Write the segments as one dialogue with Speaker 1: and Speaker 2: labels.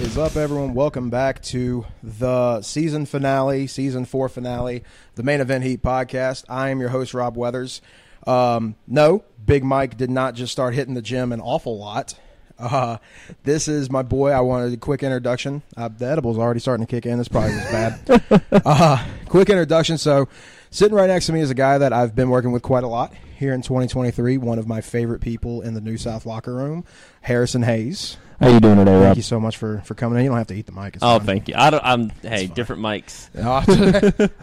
Speaker 1: is up, everyone? Welcome back to the season finale, season four finale, the main event heat podcast. I am your host, Rob Weathers. Um, no, Big Mike did not just start hitting the gym an awful lot. Uh, this is my boy. I wanted a quick introduction. Uh, the edible's already starting to kick in. This probably was bad. uh, quick introduction. So, sitting right next to me is a guy that I've been working with quite a lot here in 2023. One of my favorite people in the New South locker room, Harrison Hayes.
Speaker 2: How you doing today,
Speaker 1: Thank
Speaker 2: Rob?
Speaker 1: you so much for, for coming in. You don't have to eat the mic. It's
Speaker 3: Oh,
Speaker 1: fine.
Speaker 3: thank you. I don't. I'm. Hey, different mics.
Speaker 1: Oh,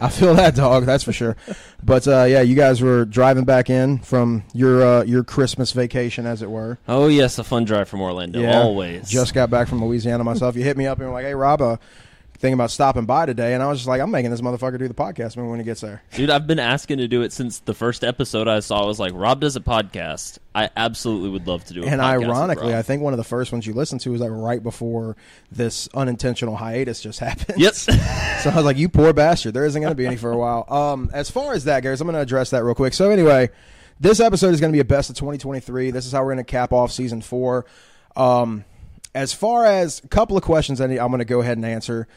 Speaker 1: I feel that dog, that's for sure. But uh, yeah, you guys were driving back in from your uh, your Christmas vacation, as it were.
Speaker 3: Oh yes, a fun drive from Orlando.
Speaker 1: Yeah,
Speaker 3: Always.
Speaker 1: Just got back from Louisiana myself. You hit me up and were like, "Hey, Rob, uh, thinking about stopping by today," and I was just like, "I'm making this motherfucker do the podcast when when he gets there."
Speaker 3: dude. I've been asking to do it since the first episode I saw. I was like, Rob does a podcast. I absolutely would love to do. A
Speaker 1: And
Speaker 3: podcast with
Speaker 1: ironically, I
Speaker 3: Rob.
Speaker 1: think one of the first ones you listened to was like right before this unintentional hiatus just happened.
Speaker 3: Yep.
Speaker 1: So I was like, "You poor bastard! There isn't going to be any for a while." Um, as far as that goes, I'm going to address that real quick. So anyway, this episode is going to be a best of 2023. This is how we're going to cap off season four. Um, as far as a couple of questions, I need, I'm going to go ahead and answer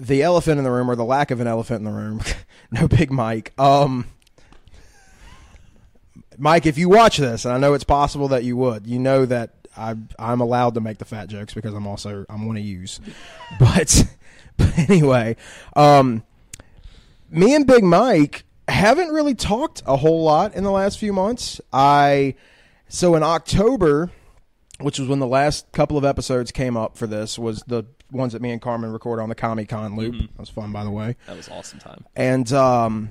Speaker 1: the elephant in the room or the lack of an elephant in the room. no big Mike. Um, Mike, if you watch this, and I know it's possible that you would, you know that I, I'm allowed to make the fat jokes because I'm also I'm one of yous. But, but anyway, um, me and Big Mike haven't really talked a whole lot in the last few months. I so in October, which was when the last couple of episodes came up for this, was the ones that me and Carmen recorded on the Comic Con loop. That was fun, by the way.
Speaker 3: that was awesome time.
Speaker 1: And um,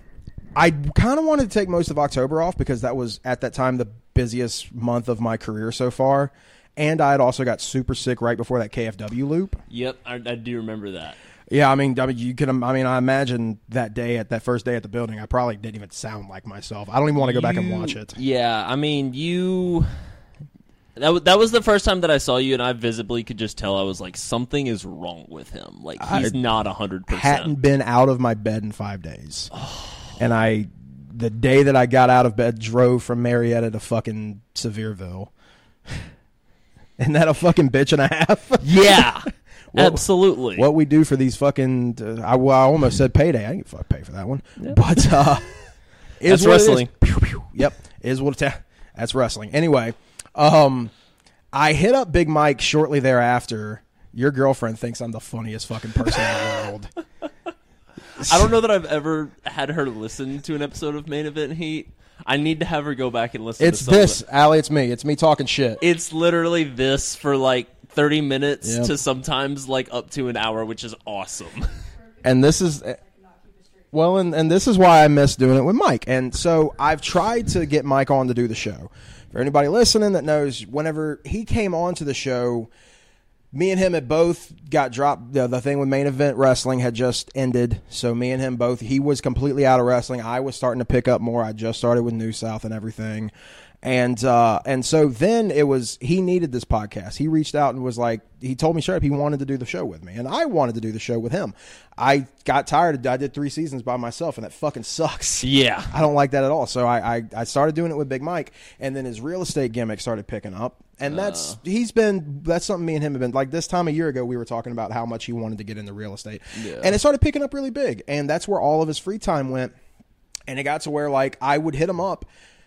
Speaker 1: I kind of wanted to take most of October off because that was at that time the busiest month of my career so far. And I had also got super sick right before that KFW loop.
Speaker 3: Yep, I, I do remember that.
Speaker 1: Yeah, I mean, I mean, you can. I mean, I imagine that day at that first day at the building, I probably didn't even sound like myself. I don't even want to go back and
Speaker 3: You-
Speaker 1: watch it.
Speaker 3: Yeah, I mean you. That, w- that was the first time that I saw you, and I visibly could just tell I was like, something is wrong with him. Like, he's not not 100%.
Speaker 1: Hadn't been out of my bed in five days, and I, the day that I got out of bed, drove from Marietta to fucking Sevierville. Isn't that a fucking bitch and a half?
Speaker 3: Yeah,
Speaker 1: What-
Speaker 3: absolutely.
Speaker 1: what we do for these fucking uh, I, well, I almost said payday. I didn't fuck pay for that one, but uh, is
Speaker 3: That's
Speaker 1: what it is.
Speaker 3: wrestling.
Speaker 1: Pew, pew. Yep, is what it's. That's wrestling. Anyway, um, I hit up Big Mike shortly thereafter. Your girlfriend thinks I'm the funniest fucking person in the world.
Speaker 3: I don't know that I've ever had her listen to an episode of Main Event Heat. I need to have her go back and listen.
Speaker 1: It's
Speaker 3: to some of
Speaker 1: this, Allie. It's me. It's me talking shit.
Speaker 3: it. It's literally this for like thirty minutes
Speaker 1: Yeah.
Speaker 3: to sometimes like up to an hour, which is awesome.
Speaker 1: and this is eh, well and, and this is why i miss doing it with mike and so i've tried to get mike on to do the show for anybody listening that knows whenever he came on to the show me and him had both got dropped the, the thing with main event wrestling had just ended so me and him both he was completely out of wrestling i was starting to pick up more i just started with new south and everything and uh and so then it was he needed this podcast he reached out and was like he told me straight up he wanted to do the show with me and i wanted to do the show with him i got tired of i did three seasons by myself and that fucking sucks
Speaker 3: yeah,
Speaker 1: I don't like that at all. So I, I, I started doing it with Big Mike, and then his real estate gimmick started picking up. And that's he's been that's something me and him have been like this time a year ago we were talking about how much he wanted to get into real estate, and it started picking up really big, and that's where all of his free time went. And it got to where like I would hit him up.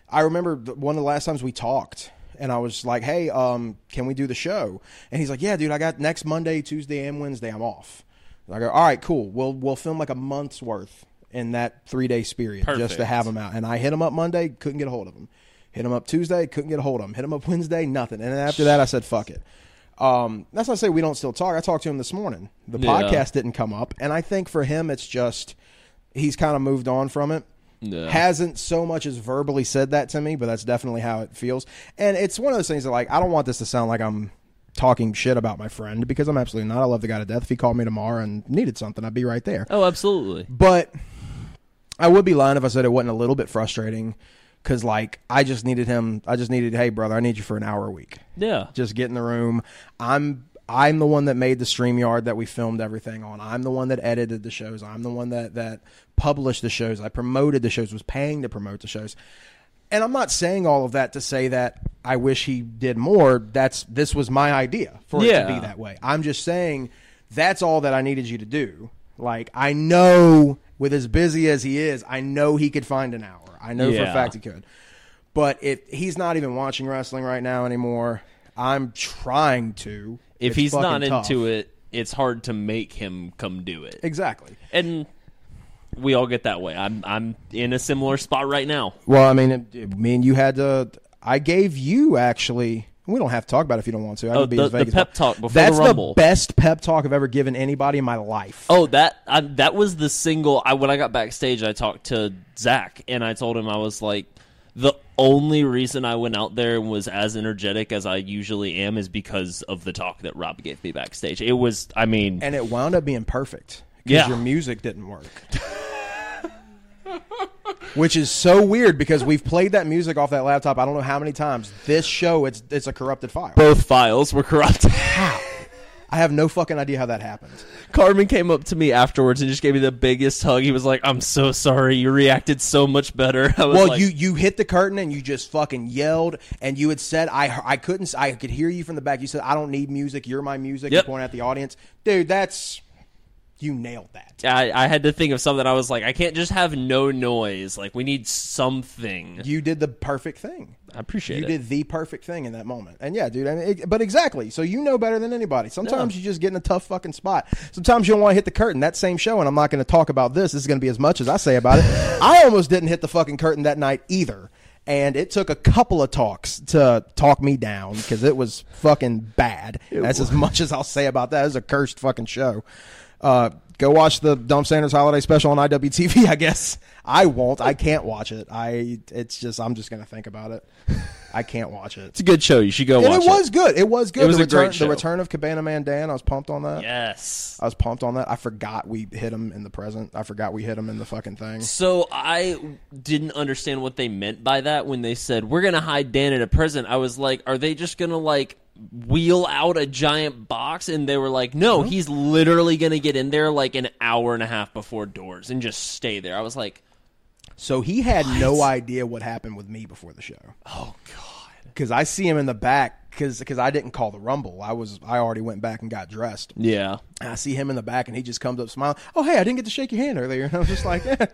Speaker 1: I remember th- one of the last times we talked, and I was like, "Hey, um, can we do the show?" And he's like, "Yeah, dude, I got next Monday, Tuesday, and Wednesday. I'm off." And I go, "All right, cool. We'll we'll film like a month's worth in that three day period just to
Speaker 3: Perfect.
Speaker 1: have them out." And I hit him up Monday, couldn't get a hold of him. Hit him up Tuesday, couldn't get a hold of him. Hit him up Wednesday, nothing. And then after that, I said, "Fuck it." Um, that's not to say we don't still talk. I talked to him this morning. The
Speaker 3: Yeah.
Speaker 1: podcast didn't come up, and I think for him, it's just he's kind of moved on from it.
Speaker 3: Yeah.
Speaker 1: Hasn't so much as verbally said that to me, but that's definitely how it feels. And it's one of those things that like I don't want this to sound like I'm talking shit about my friend because I'm absolutely not. I love the guy to death. If he called me tomorrow and needed something, I'd be right there.
Speaker 3: Oh, absolutely.
Speaker 1: But I would be lying if I said it wasn't a little bit frustrating because like I just needed him. I just needed, hey brother, I need you for an hour a week
Speaker 3: Yeah.
Speaker 1: just get in the room. I'm I'm the one that made the stream yard that we filmed everything on. I'm the one that edited the shows. I'm the one that that published the shows. I promoted the shows, was paying to promote the shows. And I'm not saying all of that to say that I wish he did more. That's this was my idea for it
Speaker 3: Yeah.
Speaker 1: to be that way. I'm just saying that's all that I needed you to do. Like I know with as busy as he is, I know he could find an hour. I know for a
Speaker 3: Yeah.
Speaker 1: fact he could. But if he's not even watching wrestling right now anymore, I'm trying to.
Speaker 3: If
Speaker 1: It's
Speaker 3: he's not
Speaker 1: fucking tough.
Speaker 3: into it, it's hard to make him come do it.
Speaker 1: exactly.
Speaker 3: And we all get that way. I'm I'm in a similar spot right now.
Speaker 1: Well, I mean, it, it- me and you had to. I gave you actually. We don't have to talk about it if you don't want to. I
Speaker 3: Oh,
Speaker 1: would be
Speaker 3: the-
Speaker 1: as vague
Speaker 3: the
Speaker 1: as
Speaker 3: pep
Speaker 1: well.
Speaker 3: talk before the
Speaker 1: That's
Speaker 3: Rumble.
Speaker 1: best pep talk I've ever given anybody in my life.
Speaker 3: Oh, that I, that was the single. I when I got backstage, I talked to Zach and I told him I was like, the only reason I went out there and was as energetic as I usually am is because of the talk that Rob gave me backstage. It was, I mean,
Speaker 1: and it wound up being perfect because
Speaker 3: Yeah.
Speaker 1: your music didn't work. Which is so weird because we've played that music off that laptop. I don't know how many times. This show, it's it's a corrupted file.
Speaker 3: both files were corrupt.
Speaker 1: I have no fucking idea how that happened.
Speaker 3: Carmen came up to me afterwards and just gave me the biggest hug. He was like, "I'm so sorry. You reacted so much better." I was
Speaker 1: Well,
Speaker 3: like,
Speaker 1: you you hit the curtain and you just fucking yelled and you had said I I couldn't I could hear you from the back. You said I don't need music. You're my music.
Speaker 3: Yep.
Speaker 1: You point at the audience, dude. That's you nailed that.
Speaker 3: I, I had to think of something. I was like, I can't just have no noise. Like, we need something.
Speaker 1: You did the perfect thing.
Speaker 3: I appreciate
Speaker 1: You
Speaker 3: it.
Speaker 1: did the perfect thing in that moment. And yeah, dude. I mean, it, but exactly. So you know better than anybody. Sometimes you just get in a tough fucking spot. Sometimes you don't want to hit the curtain. That same show, and I'm not going to talk about this. This is going to be as much as I say about it. I almost didn't hit the fucking curtain that night either. And it took a couple of talks to talk me down because it was fucking bad. That's as much as I'll say about that. It was a cursed fucking show. Uh, go watch the Dump Sanders holiday special on IWTV. I guess I won't. I can't watch it. I. It's just I'm just gonna think about it. I can't watch it.
Speaker 3: It's a good show. You should go
Speaker 1: And
Speaker 3: watch
Speaker 1: it was good. It was good.
Speaker 3: It was
Speaker 1: the
Speaker 3: a
Speaker 1: return,
Speaker 3: great show.
Speaker 1: The return of Cabana Man Dan. I was pumped on that.
Speaker 3: Yes.
Speaker 1: I was pumped on that. I forgot we hit him in the present. I forgot we hit him in the fucking thing.
Speaker 3: So I didn't understand what they meant by that when they said we're gonna hide Dan in a prison. I was like, are they just gonna like wheel out a giant box? And they were like, no, he's literally gonna get in there like an hour and a half before doors and just stay there. I was like,
Speaker 1: So he had no idea what happened with me before the show.
Speaker 3: oh god.
Speaker 1: Because I see him in the back. Because I didn't call the rumble. I was I already went back and got dressed.
Speaker 3: Yeah.
Speaker 1: And I see him in the back, and he just comes up smiling. Oh, hey, I didn't get to shake your hand earlier. And I was just like, eh,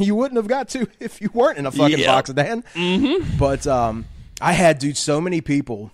Speaker 1: you wouldn't have got to if you weren't in a fucking
Speaker 3: Yeah.
Speaker 1: box, Dan. Mm-hmm. But um, I had, dude, so many people.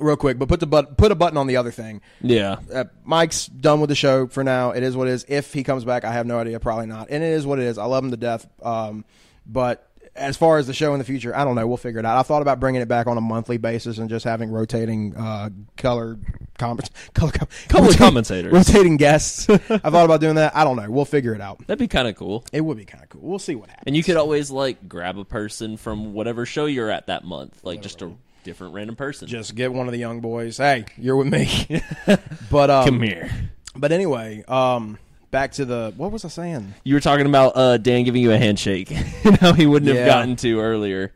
Speaker 1: Real quick, but put the but- put a button on the other thing.
Speaker 3: Yeah.
Speaker 1: Uh, Mike's done with the show for now. It is what it is. If he comes back, I have no idea. Probably not. And it is what it is. I love him to death. Um, but as far as the show in the future, I don't know. We'll figure it out. I thought about bringing it back on a monthly basis and just having rotating uh, color com- color com-
Speaker 3: Color
Speaker 1: rotating-
Speaker 3: commentators.
Speaker 1: rotating guests. I thought about doing that. I don't know. We'll figure it out.
Speaker 3: That'd be kind of cool.
Speaker 1: It would be kind of cool. We'll see what happens.
Speaker 3: And you could always like grab a person from whatever show you're at that month, like just a different random person.
Speaker 1: just get one of the young boys. Hey, you're with me. but um,
Speaker 3: here.
Speaker 1: But anyway, um, back to the what was I saying?
Speaker 3: You were talking about uh, Dan giving you a handshake, and how he wouldn't
Speaker 1: Yeah.
Speaker 3: have gotten to earlier.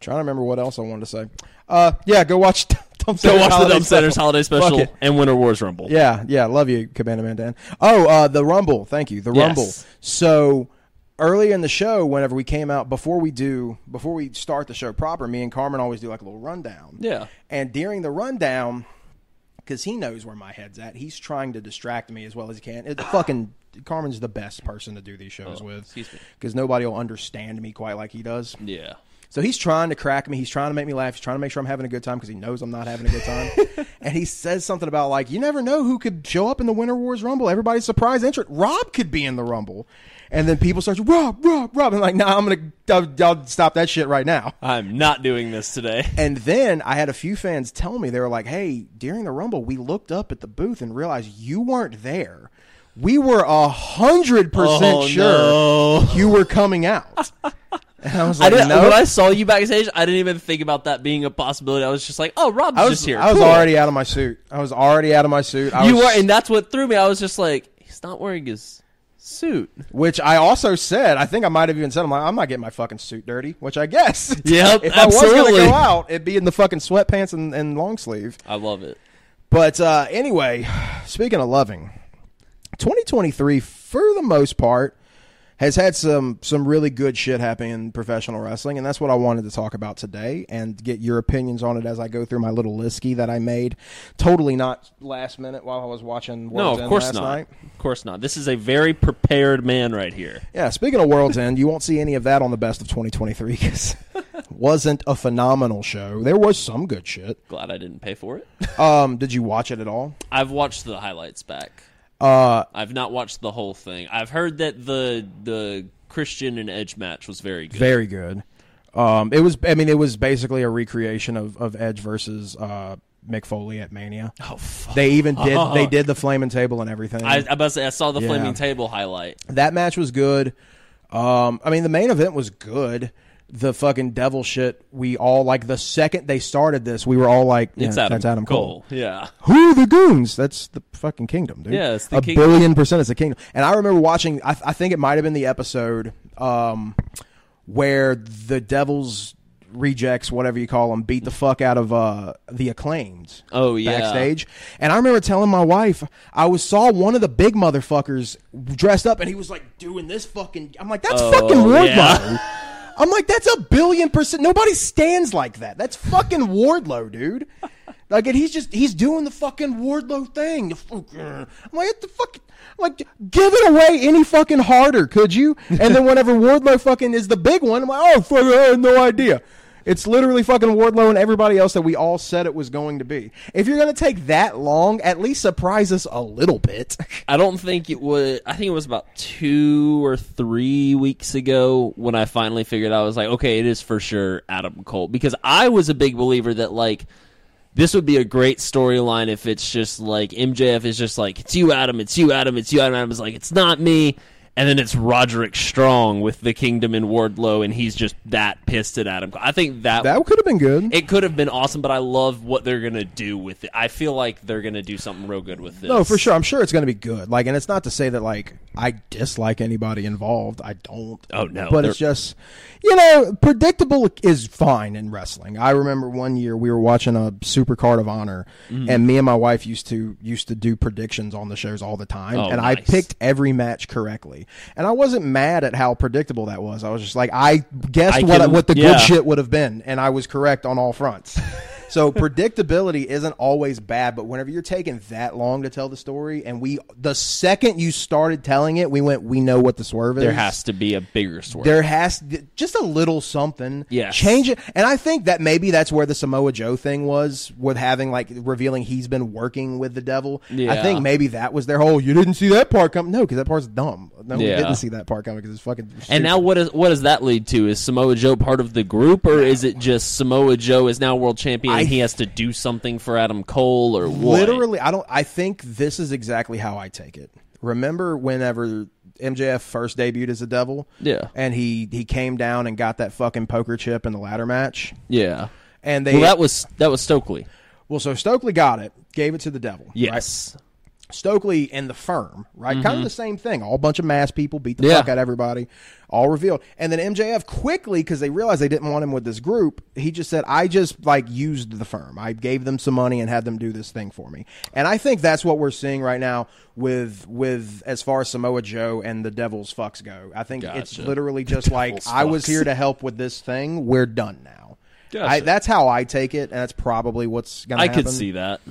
Speaker 1: Trying to remember what else I wanted to say. Uh, yeah, go watch Dump
Speaker 3: Go
Speaker 1: Center's
Speaker 3: watch the
Speaker 1: Holiday
Speaker 3: Dump Center's
Speaker 1: Special.
Speaker 3: Holiday Special
Speaker 1: Fuck it.
Speaker 3: and Winter Wars Rumble.
Speaker 1: Yeah, yeah, love you, Cabana Man Dan. Oh, uh, the Rumble. Thank you, the
Speaker 3: Yes.
Speaker 1: Rumble. So early in the show, whenever we came out, before we do, before we start the show proper, me and Carmen always do like a little rundown.
Speaker 3: Yeah.
Speaker 1: And during the rundown, because he knows where my head's at, he's trying to distract me as well as he can. It fucking Carmen's the best person to do these shows with,
Speaker 3: Oh, excuse me.
Speaker 1: because nobody will understand me quite like he does.
Speaker 3: Yeah.
Speaker 1: So he's trying to crack me. He's trying to make me laugh. He's trying to make sure I'm having a good time because he knows I'm not having a good time. and he says something about like, you never know who could show up in the Winter Wars Rumble. Everybody's surprised entrant. Rob could be in the Rumble. And then people start Rob, Rob, Rob. I'm like, nah, I'm gonna I'll, I'll stop that shit right now.
Speaker 3: I'm not doing this today.
Speaker 1: And then I had a few fans tell me they were like, "Hey, during the Rumble, we looked up at the booth and realized you weren't there. We were a hundred percent
Speaker 3: Oh,
Speaker 1: sure
Speaker 3: no.
Speaker 1: you were coming out." And I was
Speaker 3: I
Speaker 1: like,
Speaker 3: didn't,
Speaker 1: "No,
Speaker 3: When I saw you backstage, I didn't even think about that being a possibility. I was just like, "Oh, Rob's
Speaker 1: I was
Speaker 3: just here."
Speaker 1: I was
Speaker 3: Cool.
Speaker 1: already out of my suit. I was already out of my suit. I
Speaker 3: You
Speaker 1: was,
Speaker 3: were, and that's what threw me. I was just like, "He's not wearing his suit."
Speaker 1: which I also said. I think I might have even said, "I'm like, I'm not getting my fucking suit dirty," which I guess.
Speaker 3: Yep,
Speaker 1: if I was going to
Speaker 3: absolutely.
Speaker 1: go out, it'd be in the fucking sweatpants and, and long sleeve.
Speaker 3: I love it.
Speaker 1: But uh, anyway, speaking of loving, 2023 for the most part has had some some really good shit happening in professional wrestling, and that's what I wanted to talk about today and get your opinions on it as I go through my little listy that I made, totally not last minute while I was watching.
Speaker 3: No,
Speaker 1: World's
Speaker 3: of
Speaker 1: End
Speaker 3: course
Speaker 1: last
Speaker 3: not.
Speaker 1: Night.
Speaker 3: Of course not. This is a very prepared man right here.
Speaker 1: Yeah, speaking of World's End, you won't see any of that on the best of 2023 because wasn't a phenomenal show. There was some good shit.
Speaker 3: Glad I didn't pay for it.
Speaker 1: Um, did you watch it at all?
Speaker 3: I've watched the highlights back.
Speaker 1: Uh,
Speaker 3: I've not watched the whole thing. I've heard that the the Christian and Edge match was very good.
Speaker 1: very good. Um, it was. I mean, it was basically a recreation of, of Edge versus uh, Mick Foley at Mania.
Speaker 3: Oh fuck!
Speaker 1: They even did. They did the flaming table and everything.
Speaker 3: I, I must say, I saw the
Speaker 1: Yeah.
Speaker 3: flaming table highlight.
Speaker 1: that match was good. Um, I mean, the main event was good. The fucking devil shit. We all like the second they started this, we were all like, yeah,
Speaker 3: It's Adam
Speaker 1: "That's Adam Cole.
Speaker 3: Yeah,
Speaker 1: Who are the goons? That's the fucking kingdom, dude.
Speaker 3: Yeah, it's the
Speaker 1: a
Speaker 3: king-
Speaker 1: billion percent. It's the kingdom. And I remember watching. I, I think it might have been the episode um, where the devils rejects, whatever you call them, beat the fuck out of uh, the acclaimed.
Speaker 3: Oh, yeah.
Speaker 1: backstage. And I remember telling my wife, I was saw one of the big motherfuckers dressed up, and he was like doing this fucking. I'm like, that's
Speaker 3: Oh,
Speaker 1: fucking Wardlow.
Speaker 3: yeah.
Speaker 1: I'm like, that's a billion percent. Nobody stands like that. That's fucking Wardlow, dude. Like, and he's just he's doing the fucking Wardlow thing. The fuck- uh, I'm like, what the fuck? I'm like, give it away any fucking harder, could you? And then whenever Wardlow fucking is the big one, I'm like, oh, fuck, I had no idea. It's literally fucking Wardlow and everybody else that we all said it was going to be. If you're gonna take that long, at least surprise us a little bit.
Speaker 3: I don't think it was. I think it was about two or three weeks ago when I finally figured out. I was like, okay, it is for sure Adam Cole because I was a big believer that like this would be a great storyline if it's just like MJF is just like it's you, Adam, it's you, Adam, it's you, Adam. I was like, it's not me. And then it's Roderick Strong with the Kingdom and Wardlow, and he's just that pissed at Adam. Cole. I think that,
Speaker 1: that could have been good.
Speaker 3: it could have been awesome, but I love what they're gonna do with it. I feel like they're gonna do something real good with this.
Speaker 1: No, for sure. I'm sure it's going to be good. Like, and it's not to say that like I dislike anybody involved. I don't.
Speaker 3: Oh, no.
Speaker 1: But it's just, you know, predictable is fine in wrestling. I remember one year we were watching a Super Card of Honor,
Speaker 3: Mm.
Speaker 1: and me and my wife used to used to do predictions on the shows all the time,
Speaker 3: Oh,
Speaker 1: and I
Speaker 3: nice.
Speaker 1: picked every match correctly, and I wasn't mad at how predictable that was. I was just like, I guessed
Speaker 3: I
Speaker 1: what
Speaker 3: can-
Speaker 1: what the
Speaker 3: yeah.
Speaker 1: good shit it would have been, and I was correct on all fronts. so predictability isn't always bad, but whenever you're taking that long to tell the story, and we the second you started telling it, we went, we know what the swerve is.
Speaker 3: There has to be a bigger swerve.
Speaker 1: There has just a little something.
Speaker 3: Yes.
Speaker 1: Change it. And I think that maybe that's where the Samoa Joe thing was with having like revealing he's been working with the devil. I
Speaker 3: Yeah.
Speaker 1: think maybe that was their whole you didn't see that part come. No, because that part's dumb. No, we
Speaker 3: Yeah.
Speaker 1: didn't see that part coming because it's fucking
Speaker 3: and now what is what does that lead to? Is Samoa Joe part of the group or is it just Samoa Joe is now world champion
Speaker 1: I-
Speaker 3: and he has to do something for Adam Cole or what?
Speaker 1: Literally, I don't. I think this is exactly how I take it. Remember whenever MJF first debuted as a devil?
Speaker 3: Yeah.
Speaker 1: and he he came down and got that fucking poker chip in the ladder match,
Speaker 3: Yeah.
Speaker 1: and they
Speaker 3: Well
Speaker 1: well,
Speaker 3: that was that was Stokely.
Speaker 1: so Stokely got it, gave it to the devil. right?
Speaker 3: Yes.
Speaker 1: Stokely and the firm, right? Kind of the same thing. All bunch of mass people beat the
Speaker 3: Mm-hmm. Yeah.
Speaker 1: fuck out of everybody, all revealed. And then MJF quickly, because they realized they didn't want him with this group, he just said, I just like used the firm. I gave them some money and had them do this thing for me. And I think that's what we're seeing right now with with as far as Samoa Joe and the Devil's fucks go. I think it's
Speaker 3: Gotcha.
Speaker 1: literally just like
Speaker 3: Devil's
Speaker 1: I was
Speaker 3: fucks.
Speaker 1: here to help with this thing. We're done now. I,
Speaker 3: Gotcha.
Speaker 1: that's how I take it, and that's probably what's going to
Speaker 3: I
Speaker 1: happen.
Speaker 3: could see that.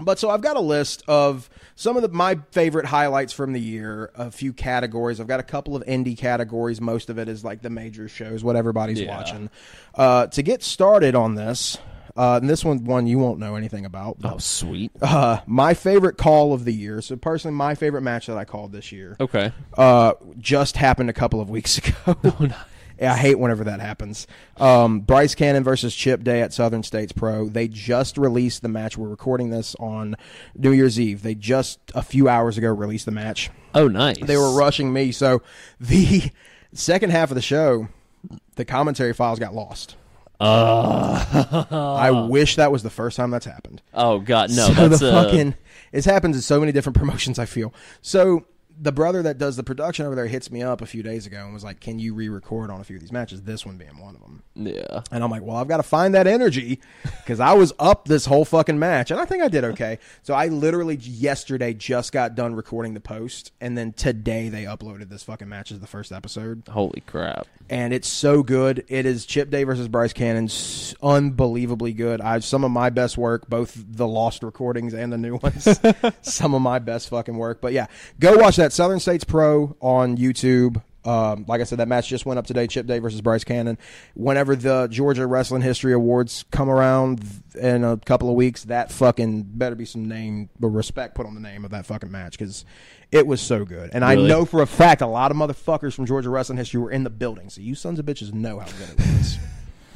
Speaker 1: But so I've got a list of some of the, my favorite highlights from the year, a few categories. I've got a couple of indie categories. Most of it is like the major shows, what everybody's
Speaker 3: Yeah.
Speaker 1: watching. Uh, to get started on this, uh, and this one, one you won't know anything about. but,
Speaker 3: Oh sweet.
Speaker 1: uh, my favorite call of the year. So personally, my favorite match that I called this year
Speaker 3: Okay.
Speaker 1: uh, just happened a couple of weeks ago. Yeah, I hate whenever that happens. Um, Bryce Cannon versus Chip Day at Southern States Pro. They just released the match. We're recording this on New Year's Eve. They just a few hours ago released the match.
Speaker 3: Oh nice.
Speaker 1: They were rushing me, so the second half of the show, the commentary files got lost. I wish that was the first time that's happened
Speaker 3: Oh god, no,
Speaker 1: so
Speaker 3: that's
Speaker 1: the
Speaker 3: uh,
Speaker 1: fucking it's happened in so many different promotions. I feel so the brother that does the production over there hits me up a few days ago and was like, "Can you re-record on a few of these matches? This one being one of them."
Speaker 3: Yeah.
Speaker 1: And I'm like, well, I've got to find that energy because I was up this whole fucking match. And I think I did okay. So I literally yesterday just got done recording the post. And then today they uploaded this fucking match as the first episode.
Speaker 3: Holy crap.
Speaker 1: And it's so good. It is Chip Day versus Bryce Cannon. s- Unbelievably good. I have some of my best work, both the lost recordings and the new ones. some of my best fucking work. But yeah, go watch that Southern States Pro on YouTube. Um, like I said, that match just went up today. Chip Day versus Bryce Cannon. Whenever the Georgia Wrestling History Awards come around in a couple of weeks, that fucking better be some name, but respect put on the name of that fucking match because it was so good. And I
Speaker 3: Really?
Speaker 1: know for a fact a lot of motherfuckers from Georgia Wrestling History were in the building, so you sons of bitches know how good it was.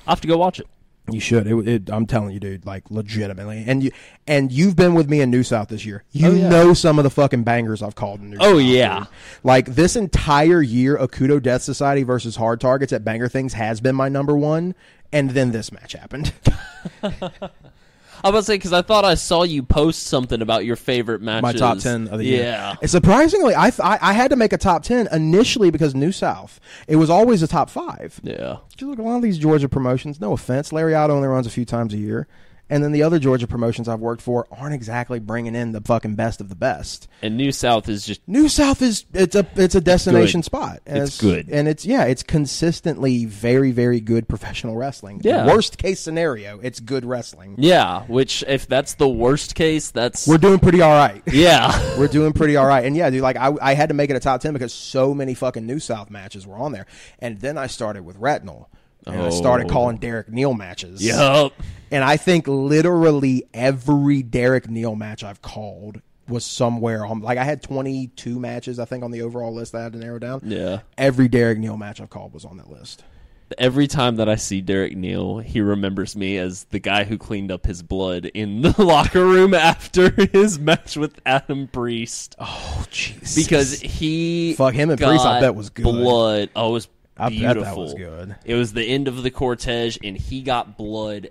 Speaker 3: I'll have to go watch it.
Speaker 1: You should. It, it, I'm telling you, dude. Like legitimately, and you and you've been with me in New South this year. You
Speaker 3: yeah.
Speaker 1: know some of the fucking bangers I've called in New.
Speaker 3: Oh,
Speaker 1: South,
Speaker 3: yeah.
Speaker 1: dude. Like this entire year, Akudo Death Society versus Hard Targets at Banger Things has been my number one, and then this match happened.
Speaker 3: I was about to say because I thought I saw you post something about your favorite matches.
Speaker 1: my top 10 of the year.
Speaker 3: Yeah.
Speaker 1: And surprisingly, I, th- I I had to make a top 10 initially because New South, it was always a top 5.
Speaker 3: Yeah.
Speaker 1: Just look, a lot of these Georgia promotions, no offense, Lariat only runs a few times a year. And then the other Georgia promotions I've worked for aren't exactly bringing in the fucking best of the best.
Speaker 3: And New South is just
Speaker 1: New South is it's a it's a destination spot. And
Speaker 3: It's good.
Speaker 1: and it's yeah, it's consistently very very good professional wrestling.
Speaker 3: Yeah.
Speaker 1: Worst case scenario, it's good wrestling.
Speaker 3: yeah. Which if that's the worst case, that's
Speaker 1: We're doing pretty all right.
Speaker 3: yeah.
Speaker 1: we're doing pretty all right. And yeah, dude, like I, I had to make it a top ten because so many fucking New South matches were on there. And then I started with Retinal. And I started
Speaker 3: Oh.
Speaker 1: calling Derek Neal matches.
Speaker 3: yup.
Speaker 1: And I think literally every Derek Neal match I've called was somewhere on like I had twenty two matches, I think, on the overall list that I had to narrow down.
Speaker 3: Yeah.
Speaker 1: Every Derek Neal match I've called was on that list.
Speaker 3: Every time that I see Derek Neal, he remembers me as the guy who cleaned up his blood in the locker room after his match with Adam Priest
Speaker 1: Oh jeez.
Speaker 3: because he
Speaker 1: Fuck, him and Priest, I
Speaker 3: got
Speaker 1: bet was good.
Speaker 3: Blood. Oh, it was
Speaker 1: I bet
Speaker 3: beautiful.
Speaker 1: that was good.
Speaker 3: It was the end of the cortege, and he got blood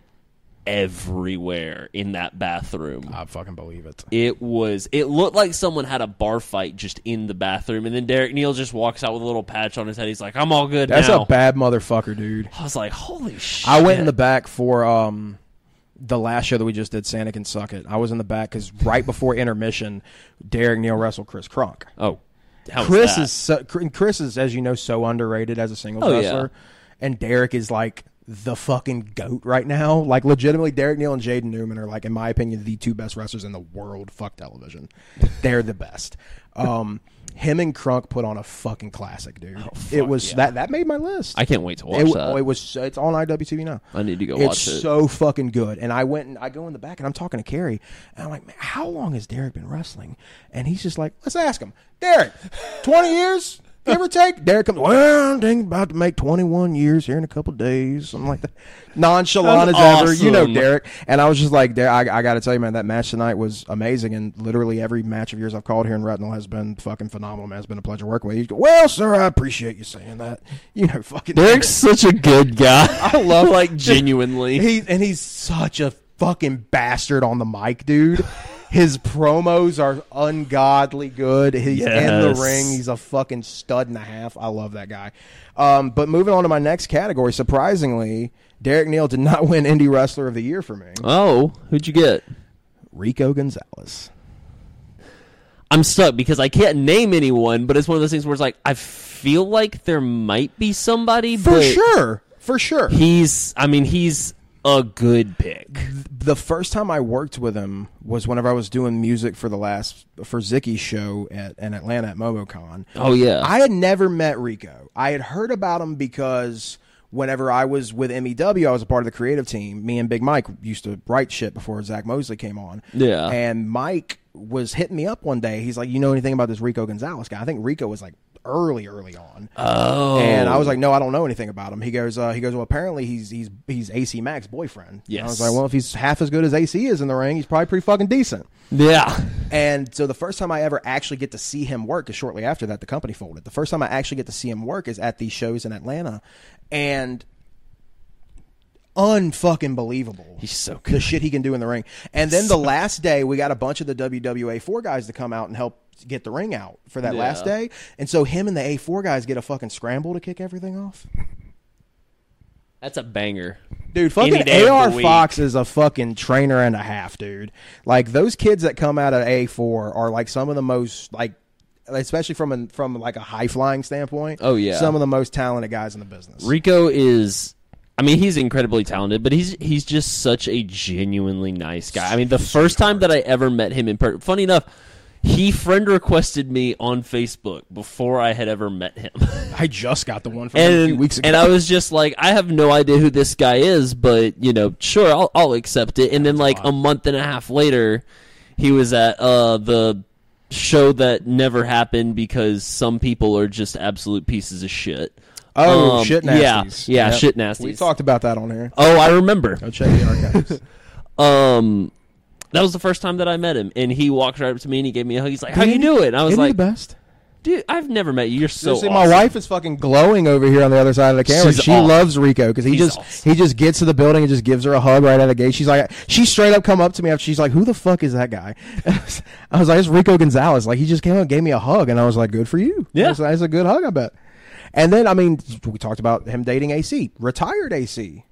Speaker 3: everywhere in that bathroom.
Speaker 1: I fucking believe it.
Speaker 3: It was. It looked like someone had a bar fight just in the bathroom, and then Derek Neal just walks out with a little patch on his head. He's like, "I'm all good
Speaker 1: That's
Speaker 3: now."
Speaker 1: a bad motherfucker, dude.
Speaker 3: I was like, "Holy shit!"
Speaker 1: I went in the back for um the last show that we just did, Santa Can Suck It. I was in the back because right before intermission, Derek Neal wrestled Chris Kronk.
Speaker 3: Oh, how
Speaker 1: Chris
Speaker 3: that?
Speaker 1: is so, Cr- and Chris is, as you know, so underrated as a singles
Speaker 3: Oh, yeah.
Speaker 1: wrestler, and Derek is like the fucking goat right now. Like legitimately, Derek Neal and Jaden Newman are like, in my opinion, the two best wrestlers in the world. Fuck television, they're the best. Um, him and Crunk put on a fucking classic, dude. it was that that made my list.
Speaker 3: Oh, I can't wait to watch
Speaker 1: It,
Speaker 3: that.
Speaker 1: oh, it was. so- It's on IWTV now.
Speaker 3: I need to go
Speaker 1: it's
Speaker 3: watch it.
Speaker 1: so fucking good. And I went and I go in the back and I'm talking to Carrie and I'm like, man, how long has Derek been wrestling? And he's just like, let's ask him. Derek, 20 years, give or take. Derek comes, well, dang, about to make 21 years here in a couple days, something like that. Nonchalant
Speaker 3: That's
Speaker 1: as ever, you know,
Speaker 3: awesome.
Speaker 1: Derek. And I was just like, Derek, I, I got to tell you, man, that match tonight was amazing. And literally every match of yours I've called here in Retinal has been fucking phenomenal, man. It's been a pleasure working with you. He's go, Well, sir, I appreciate you saying that. You know, fucking
Speaker 3: Derek's such a good guy. I love like
Speaker 1: just-
Speaker 3: genuinely.
Speaker 1: He and he's such a fucking bastard on the mic, dude. His promos are ungodly good. He's in the
Speaker 3: Yes.
Speaker 1: ring. He's a fucking stud and a half. I love that guy. Um, but moving on to my next category, surprisingly, Derek Neal did not win Indie Wrestler of the Year for me.
Speaker 3: oh, who'd you get?
Speaker 1: Rico Gonzalez.
Speaker 3: I'm stuck because I can't name anyone, but it's one of those things where it's like I feel like there might be somebody,
Speaker 1: For
Speaker 3: but
Speaker 1: sure. For sure.
Speaker 3: he's. I mean, he's a good pick.
Speaker 1: the first time I worked with him was whenever I was doing music for the last for Zicky's show at in Atlanta at MomoCon.
Speaker 3: Oh, yeah.
Speaker 1: I had never met Rico. I had heard about him because whenever I was with MEW, I was a part of the creative team. Me and Big Mike used to write shit before Zach Mosley came on.
Speaker 3: Yeah.
Speaker 1: and Mike was hitting me up one day. He's like, "You know anything about this Rico Gonzalez guy?" I think Rico was like early, early on.
Speaker 3: Oh,
Speaker 1: And I was like, no, I don't know anything about him. He goes, uh, he goes, well, apparently he's he's he's AC Mac's boyfriend. And I was
Speaker 3: Yes.
Speaker 1: like, well, if he's half as good as AC is in the ring, he's probably pretty fucking decent.
Speaker 3: yeah.
Speaker 1: And so the first time I ever actually get to see him work is shortly after that the company folded. The first time I actually get to see him work is at these shows in Atlanta, and unfucking believable.
Speaker 3: He's so
Speaker 1: the
Speaker 3: good.
Speaker 1: shit he can do in the ring. And then the last day, we got a bunch of the WWA four guys to come out and help get the ring out for that last
Speaker 3: Yeah.
Speaker 1: day. And so him and the A four guys get a fucking scramble to kick everything off.
Speaker 3: That's a banger.
Speaker 1: Dude,
Speaker 3: Any
Speaker 1: fucking
Speaker 3: day of
Speaker 1: AR
Speaker 3: the week.
Speaker 1: Fox is a fucking trainer and a half, dude. Like those kids that come out of A4 are like some of the most like especially from a from like a high flying standpoint.
Speaker 3: Oh, yeah.
Speaker 1: Some of the most talented guys in the business.
Speaker 3: Rico is I mean, he's incredibly talented, but he's he's just such a genuinely nice guy. I mean, the first time that I ever met him in person, funny enough, he friend requested me on Facebook before I had ever met him.
Speaker 1: I just got the one from a few
Speaker 3: and
Speaker 1: weeks ago.
Speaker 3: and I was just like, I have no idea who this guy is, but you know, sure, I'll I'll accept it. And then like a month and a half later, he was at uh the show that never happened because some people are just absolute pieces of shit.
Speaker 1: oh,
Speaker 3: Um,
Speaker 1: shit nasties.
Speaker 3: Yeah, yeah,
Speaker 1: Yep.
Speaker 3: shit nasties.
Speaker 1: We talked about that on here.
Speaker 3: Oh, I remember.
Speaker 1: Go check the archives.
Speaker 3: Um, that was the first time that I met him, and he walked right up to me and he gave me a hug. He's like, "How you doing?" And I was
Speaker 1: Isn't he
Speaker 3: like,
Speaker 1: the best.
Speaker 3: "Dude, I've never met you. You're so
Speaker 1: Seriously,
Speaker 3: awesome."
Speaker 1: my wife is fucking glowing over here on the other side of the camera.
Speaker 3: She's
Speaker 1: she
Speaker 3: awesome.
Speaker 1: loves Rico because he
Speaker 3: He's
Speaker 1: just
Speaker 3: awesome.
Speaker 1: he just gets to the building and just gives her a hug right out of the gate. She's like, she straight up come up to me after she's like, "Who the fuck is that guy?" I was like, "It's Rico Gonzalez." Like he just came up and gave me a hug, and I was like, "Good for you."
Speaker 3: Yeah.
Speaker 1: that's, that's a good hug, I bet. And then I mean, we talked about him dating AC, retired AC,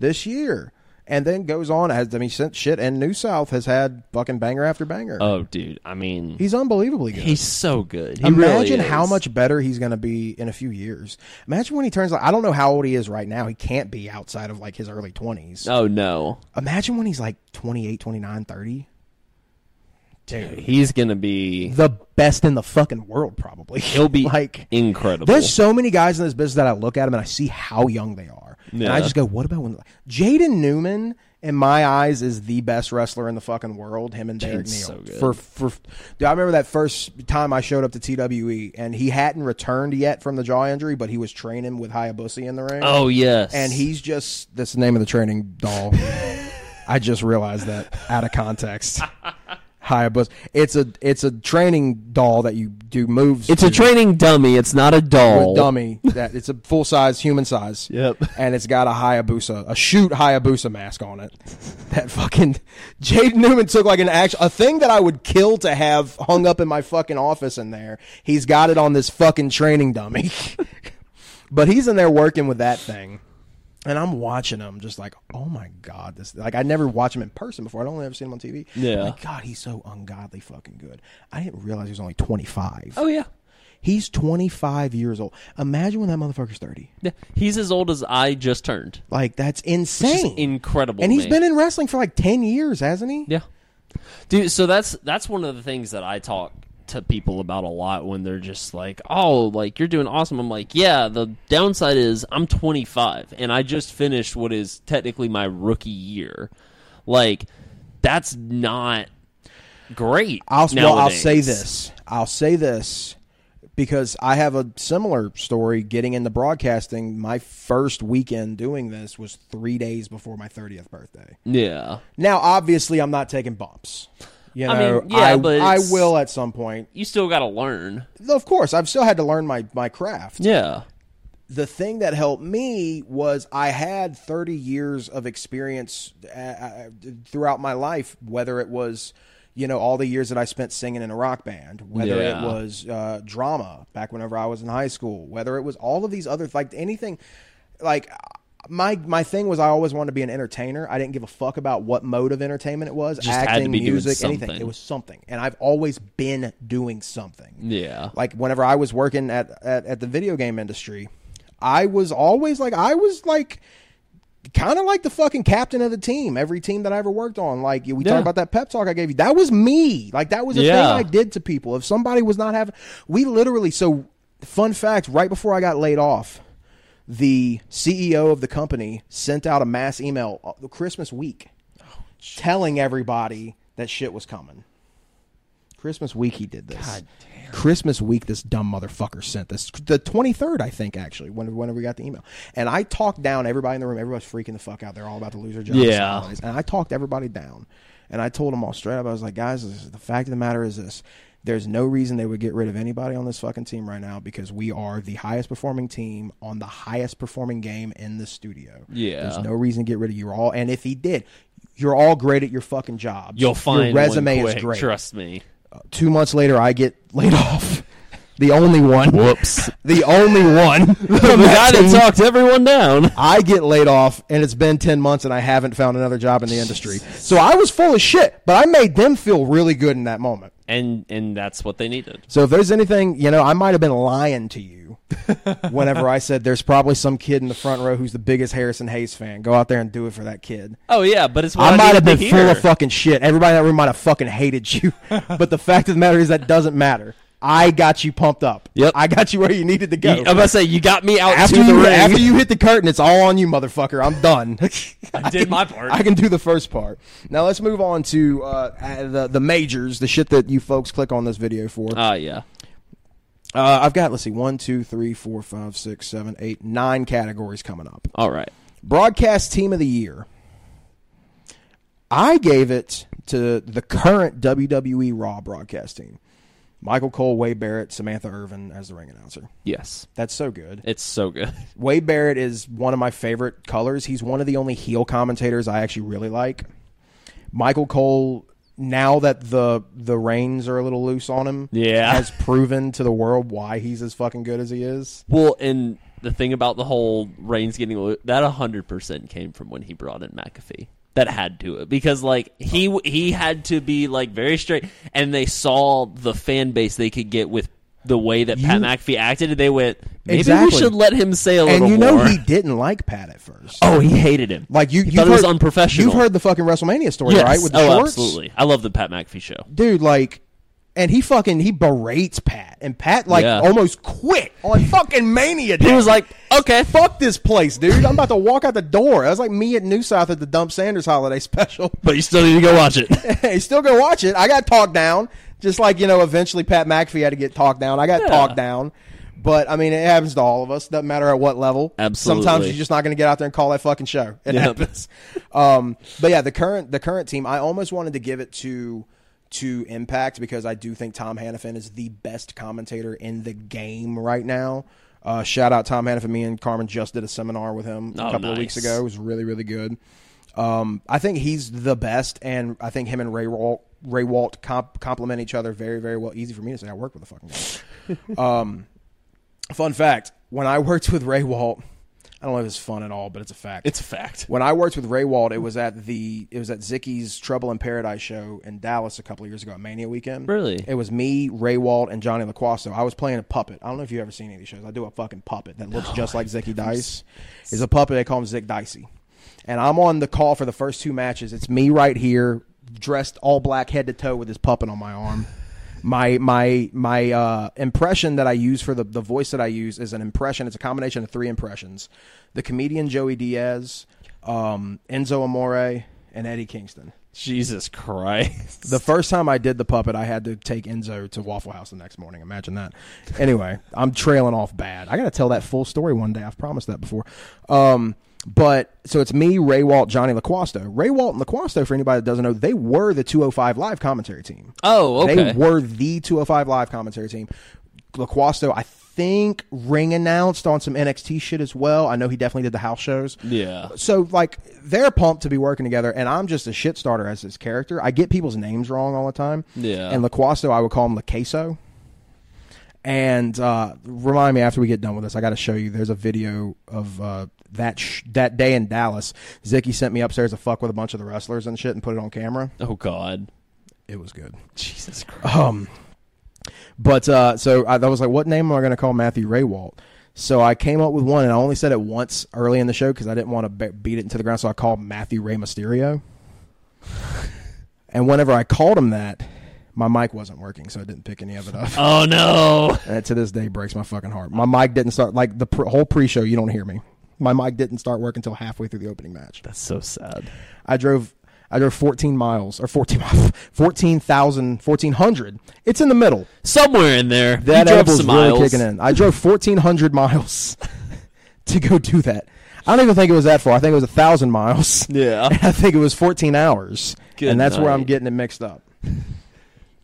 Speaker 1: this year. And then goes on as I mean, since shit and New South has had fucking banger after banger.
Speaker 3: Oh, dude. I mean, he's,
Speaker 1: He's unbelievably good.
Speaker 3: so good. He
Speaker 1: Imagine
Speaker 3: really
Speaker 1: how
Speaker 3: is.
Speaker 1: much better he's going to be in a few years. Imagine when he turns like I don't know how old he is right now. He can't be outside of like his early 20s.
Speaker 3: Oh no,
Speaker 1: Imagine when he's like 28, 29, 30. Dude,
Speaker 3: he's gonna be.
Speaker 1: the best in the fucking world probably.
Speaker 3: He'll be
Speaker 1: like
Speaker 3: incredible.
Speaker 1: there's so many guys in this business that I look at them and I see how young they are. And I
Speaker 3: Yeah.
Speaker 1: just go, what about when Jaden Newman in my eyes is the best wrestler in the fucking world, him and Derek
Speaker 3: Jaden's
Speaker 1: Neal.
Speaker 3: so good.
Speaker 1: for for dude, I remember that first time I showed up to TWE and he hadn't returned yet from the jaw injury, but he was training with Hayabusa in the ring.
Speaker 3: oh yes,
Speaker 1: And he's just that's the name of the training doll. I just realized that out of context. Hayabusa. It's a it's a training doll that you do moves.
Speaker 3: It's a
Speaker 1: to
Speaker 3: training dummy. It's not a doll.
Speaker 1: with dummy that it's a full size human size.
Speaker 3: Yep.
Speaker 1: And it's got a Hayabusa, a shoot Hayabusa mask on it. That fucking Jaden Newman took like an action a thing that I would kill to have hung up in my fucking office in there. He's got it on this fucking training dummy. but he's in there working with that thing. And I'm watching him just like, oh my God, this like I never watched him in person before. I'd only ever seen him on TV.
Speaker 3: Yeah.
Speaker 1: Like, God, he's so ungodly fucking good. I didn't realize he was only twenty five.
Speaker 3: Oh yeah.
Speaker 1: He's 25 years old. Imagine when that motherfucker's 30.
Speaker 3: Yeah. He's as old as I just turned.
Speaker 1: Like that's
Speaker 3: Just
Speaker 1: insane.
Speaker 3: incredible.
Speaker 1: and
Speaker 3: he's
Speaker 1: he's been in wrestling for like 10 years, hasn't he?
Speaker 3: Yeah. Dude, so that's that's one of the things that I talk to people about a lot when they're just like, "Oh, like you're doing awesome." I'm like, "Yeah, the downside is I'm 25 and I just finished what is technically my rookie year." Like that's not great.
Speaker 1: I'll well, I'll
Speaker 3: nowadays.
Speaker 1: say this. I'll say this because I have a similar story getting into broadcasting. My first weekend doing this was 3 days before my 30th birthday.
Speaker 3: Yeah.
Speaker 1: Now, obviously, I'm not taking bumps. You
Speaker 3: I
Speaker 1: know,
Speaker 3: mean, yeah,
Speaker 1: I,
Speaker 3: but
Speaker 1: I
Speaker 3: it's-
Speaker 1: will at some point.
Speaker 3: You still got to learn.
Speaker 1: Of course, I've still had to learn my, my craft.
Speaker 3: Yeah.
Speaker 1: the thing that helped me was I had 30 years of experience uh, uh, throughout my life, whether it was, you know, all the years that I spent singing in a rock band, whether it
Speaker 3: Yeah.
Speaker 1: was uh, drama back whenever I was in high school, whether it was all of these other, like anything, like my, my thing was I always wanted to be an entertainer. I didn't give a fuck about what mode of entertainment it was,
Speaker 3: had to
Speaker 1: acting,
Speaker 3: be doing
Speaker 1: music, anything.
Speaker 3: something.
Speaker 1: It was something. And I've always been doing something
Speaker 3: Yeah.
Speaker 1: like whenever I was working at, at, at the video game industry, I was always like I was like kind of like the fucking captain of the team, every team that I ever worked on. Like we
Speaker 3: Yeah.
Speaker 1: talked about that pep talk I gave you. That was me. Like that was a thing
Speaker 3: Yeah.
Speaker 1: I did to people. If somebody was not having we literally so fun fact, right before I got laid off, the CEO of the company sent out a mass email uh, the Christmas week telling everybody that shit was coming. Christmas week he did this. Christmas week this dumb motherfucker sent this. The 23rd I think actually when whenever we got the email. And I talked down everybody in the room. Everybody's freaking the fuck out. They're all about to lose their jobs.
Speaker 3: Yeah.
Speaker 1: and all this. And I talked everybody down. And I told them all straight up. I was like, guys, this is- the fact of the matter is this. There's no reason they would get rid of anybody on this fucking team right now because we are the highest performing team on the highest performing game in the studio.
Speaker 3: Yeah.
Speaker 1: There's no reason to get rid of you all. And if he did, you're all great at your fucking job.
Speaker 3: You'll find
Speaker 1: your resume
Speaker 3: one quick,
Speaker 1: is great. Uh,
Speaker 3: Trust me.
Speaker 1: Two months later, I get laid off. The only one.
Speaker 3: Whoops.
Speaker 1: The only one.
Speaker 3: the guy that talked everyone down.
Speaker 1: I get laid off, and it's been 10 months, and I haven't found another job in the industry. So I was full of shit, but I made them feel really good in that moment.
Speaker 3: And and that's what they needed.
Speaker 1: So if there's anything, you know, I might have been lying to you whenever I said there's probably some kid in the front row who's the biggest Harrison Hayes fan. Go out there and do it for that kid.
Speaker 3: Oh yeah, but it's what
Speaker 1: I,
Speaker 3: I,
Speaker 1: might have been
Speaker 3: needed to
Speaker 1: full
Speaker 3: hear.
Speaker 1: of fucking shit. Everybody in that room might have fucking hated you. but the fact of the matter is that doesn't matter. I got you pumped up.
Speaker 3: Yep.
Speaker 1: I got you where you needed to go.
Speaker 3: You- I'm about to say you got me out
Speaker 1: after
Speaker 3: to the
Speaker 1: you,
Speaker 3: ring.
Speaker 1: after you hit the curtain, it's all on you, motherfucker. I'm done.
Speaker 3: I did my part.
Speaker 1: I can do the first part. Now let's move on to uh, uh, the the majors, the shit that you folks click on this video for. Uh,
Speaker 3: Ah yeah.
Speaker 1: I've got let's see, one, two, three, four, five, six, seven, eight, nine categories coming up.
Speaker 3: All right.
Speaker 1: Broadcast team of the year. I gave it to the current WWE Raw broadcast team: Michael Cole, Wade Barrett, Samantha Irvin as the ring announcer.
Speaker 3: Yes.
Speaker 1: That's so good.
Speaker 3: It's so good.
Speaker 1: Wade Barrett is one of my favorite colors. He's one of the only heel commentators I actually really like. Michael Cole, now that the the reins are a little loose on him,
Speaker 3: Yeah.
Speaker 1: has proven to the world why he's as fucking good as he is.
Speaker 3: Well, and the thing about the whole Reigns getting lo- that hundred percent came from when he brought in McAfee. That had to it because like he he had to be like very straight, and they saw the fan base they could get with the way that Pat
Speaker 1: You-
Speaker 3: McAfee acted, and they went, maybe
Speaker 1: Exactly.
Speaker 3: we should let him say a
Speaker 1: And
Speaker 3: little
Speaker 1: you know
Speaker 3: more.
Speaker 1: he didn't like Pat at first.
Speaker 3: oh, he hated him.
Speaker 1: Like you,
Speaker 3: he
Speaker 1: you've
Speaker 3: thought
Speaker 1: heard,
Speaker 3: it was unprofessional.
Speaker 1: You've heard the fucking WrestleMania story,
Speaker 3: yes.
Speaker 1: right? With the
Speaker 3: oh,
Speaker 1: shorts,
Speaker 3: absolutely. I love the Pat McAfee show.
Speaker 1: dude. Like, and he fucking he berates Pat, and Pat like
Speaker 3: Yeah.
Speaker 1: almost quit on fucking Mania.
Speaker 3: He
Speaker 1: Day.
Speaker 3: was like, okay,
Speaker 1: fuck this place, dude. I'm about to walk out the door. That was like me at New South at the Dump Sanders holiday special.
Speaker 3: but you still need to go watch it.
Speaker 1: hey, still go watch it. I got talked down. Just like, you know, eventually Pat McAfee had to get talked down. I got talked down. But I mean, it happens to all of us. Doesn't matter at what level.
Speaker 3: Absolutely.
Speaker 1: Sometimes you're just not going to get out there and call that fucking show. It
Speaker 3: Yep.
Speaker 1: happens. Um, but yeah, the current the current team. I almost wanted to give it to to Impact because I do think Tom Hannafin is the best commentator in the game right now. Uh, shout out Tom Hannafin. Me and Carmen just did a seminar with him a
Speaker 3: Oh,
Speaker 1: couple of weeks
Speaker 3: nice.
Speaker 1: ago. It was really really good. Um, I think he's the best, and I think him and Ray Walt Ray Walt comp- complement each other very very well. Easy for me to say. I work with a fucking guy. um, fun fact: when I worked with Ray Walt, I don't know if it's fun at all, but it's a fact.
Speaker 3: it's a fact.
Speaker 1: When I worked with Ray Wald, it was at the it was at Zicky's Trouble in Paradise show in Dallas a couple of years ago at Mania Weekend.
Speaker 3: Really?
Speaker 1: It was me, Ray Wald, and Johnny LaQuasso. I was playing a puppet. I don't know if you've ever seen any of these shows. I do a fucking puppet that looks just like Zicky Dice. It's a puppet. They call him Zick Dicey. And I'm on the call for the first two matches. It's me right here, dressed all black head to toe with this puppet on my arm. My my my uh, impression that I use for the, the voice that I use is an impression. It's a combination of three impressions: the comedian Joey Diaz, um, Enzo Amore, and Eddie Kingston.
Speaker 3: Jesus Christ.
Speaker 1: The first time I did the puppet, I had to take Enzo to Waffle House the next morning. Imagine that. Anyway, I'm trailing off bad. I got to tell that full story one day. I've promised that before. Um, but so it's me, Ray Walt, Johnny LaQuasto. Ray Walt and LaQuasto, for anybody that doesn't know, they were the 205 Live commentary team.
Speaker 3: Oh,
Speaker 1: They
Speaker 3: okay.
Speaker 1: were the 205 Live commentary team. LaQuasto, I think, ring announced on some NXT shit as well. I know he definitely did the house shows.
Speaker 3: Yeah.
Speaker 1: So like they're pumped to be working together, and I'm just a shit starter as this character. I get people's names wrong all the time.
Speaker 3: Yeah.
Speaker 1: And Laquaso, I would call him Laqueso. And uh, remind me after we get done with this, I got to show you. There's a video of uh, that sh- that day in Dallas. Zicky sent me upstairs to fuck with a bunch of the wrestlers and shit, and put it on camera.
Speaker 3: Oh God.
Speaker 1: It was good.
Speaker 3: Jesus Christ.
Speaker 1: Um, but uh, so I, I was like, what name am I going to call Matthew Raywalt? So I came up with one, and I only said it once early in the show because I didn't want to be- beat it into the ground. So I called Matthew Ray Mysterio. and whenever I called him that, my mic wasn't working, so I didn't pick any of it up.
Speaker 3: Oh no.
Speaker 1: And it to this day breaks my fucking heart. My mic didn't start like the pr- whole pre-show. You don't hear me. My mic didn't start working until halfway through the opening match.
Speaker 3: That's so sad.
Speaker 1: I drove I drove 14 miles or 14 miles, 14,000, 1400. It's in the middle.
Speaker 3: Somewhere in there,
Speaker 1: That
Speaker 3: you drove
Speaker 1: apple's
Speaker 3: some
Speaker 1: really
Speaker 3: miles.
Speaker 1: kicking in. I drove fourteen hundred miles to go do that. I don't even think it was that far. I think it was a thousand miles.
Speaker 3: Yeah.
Speaker 1: I think it was fourteen hours,
Speaker 3: Good
Speaker 1: and that's where I'm
Speaker 3: night.
Speaker 1: getting it mixed up.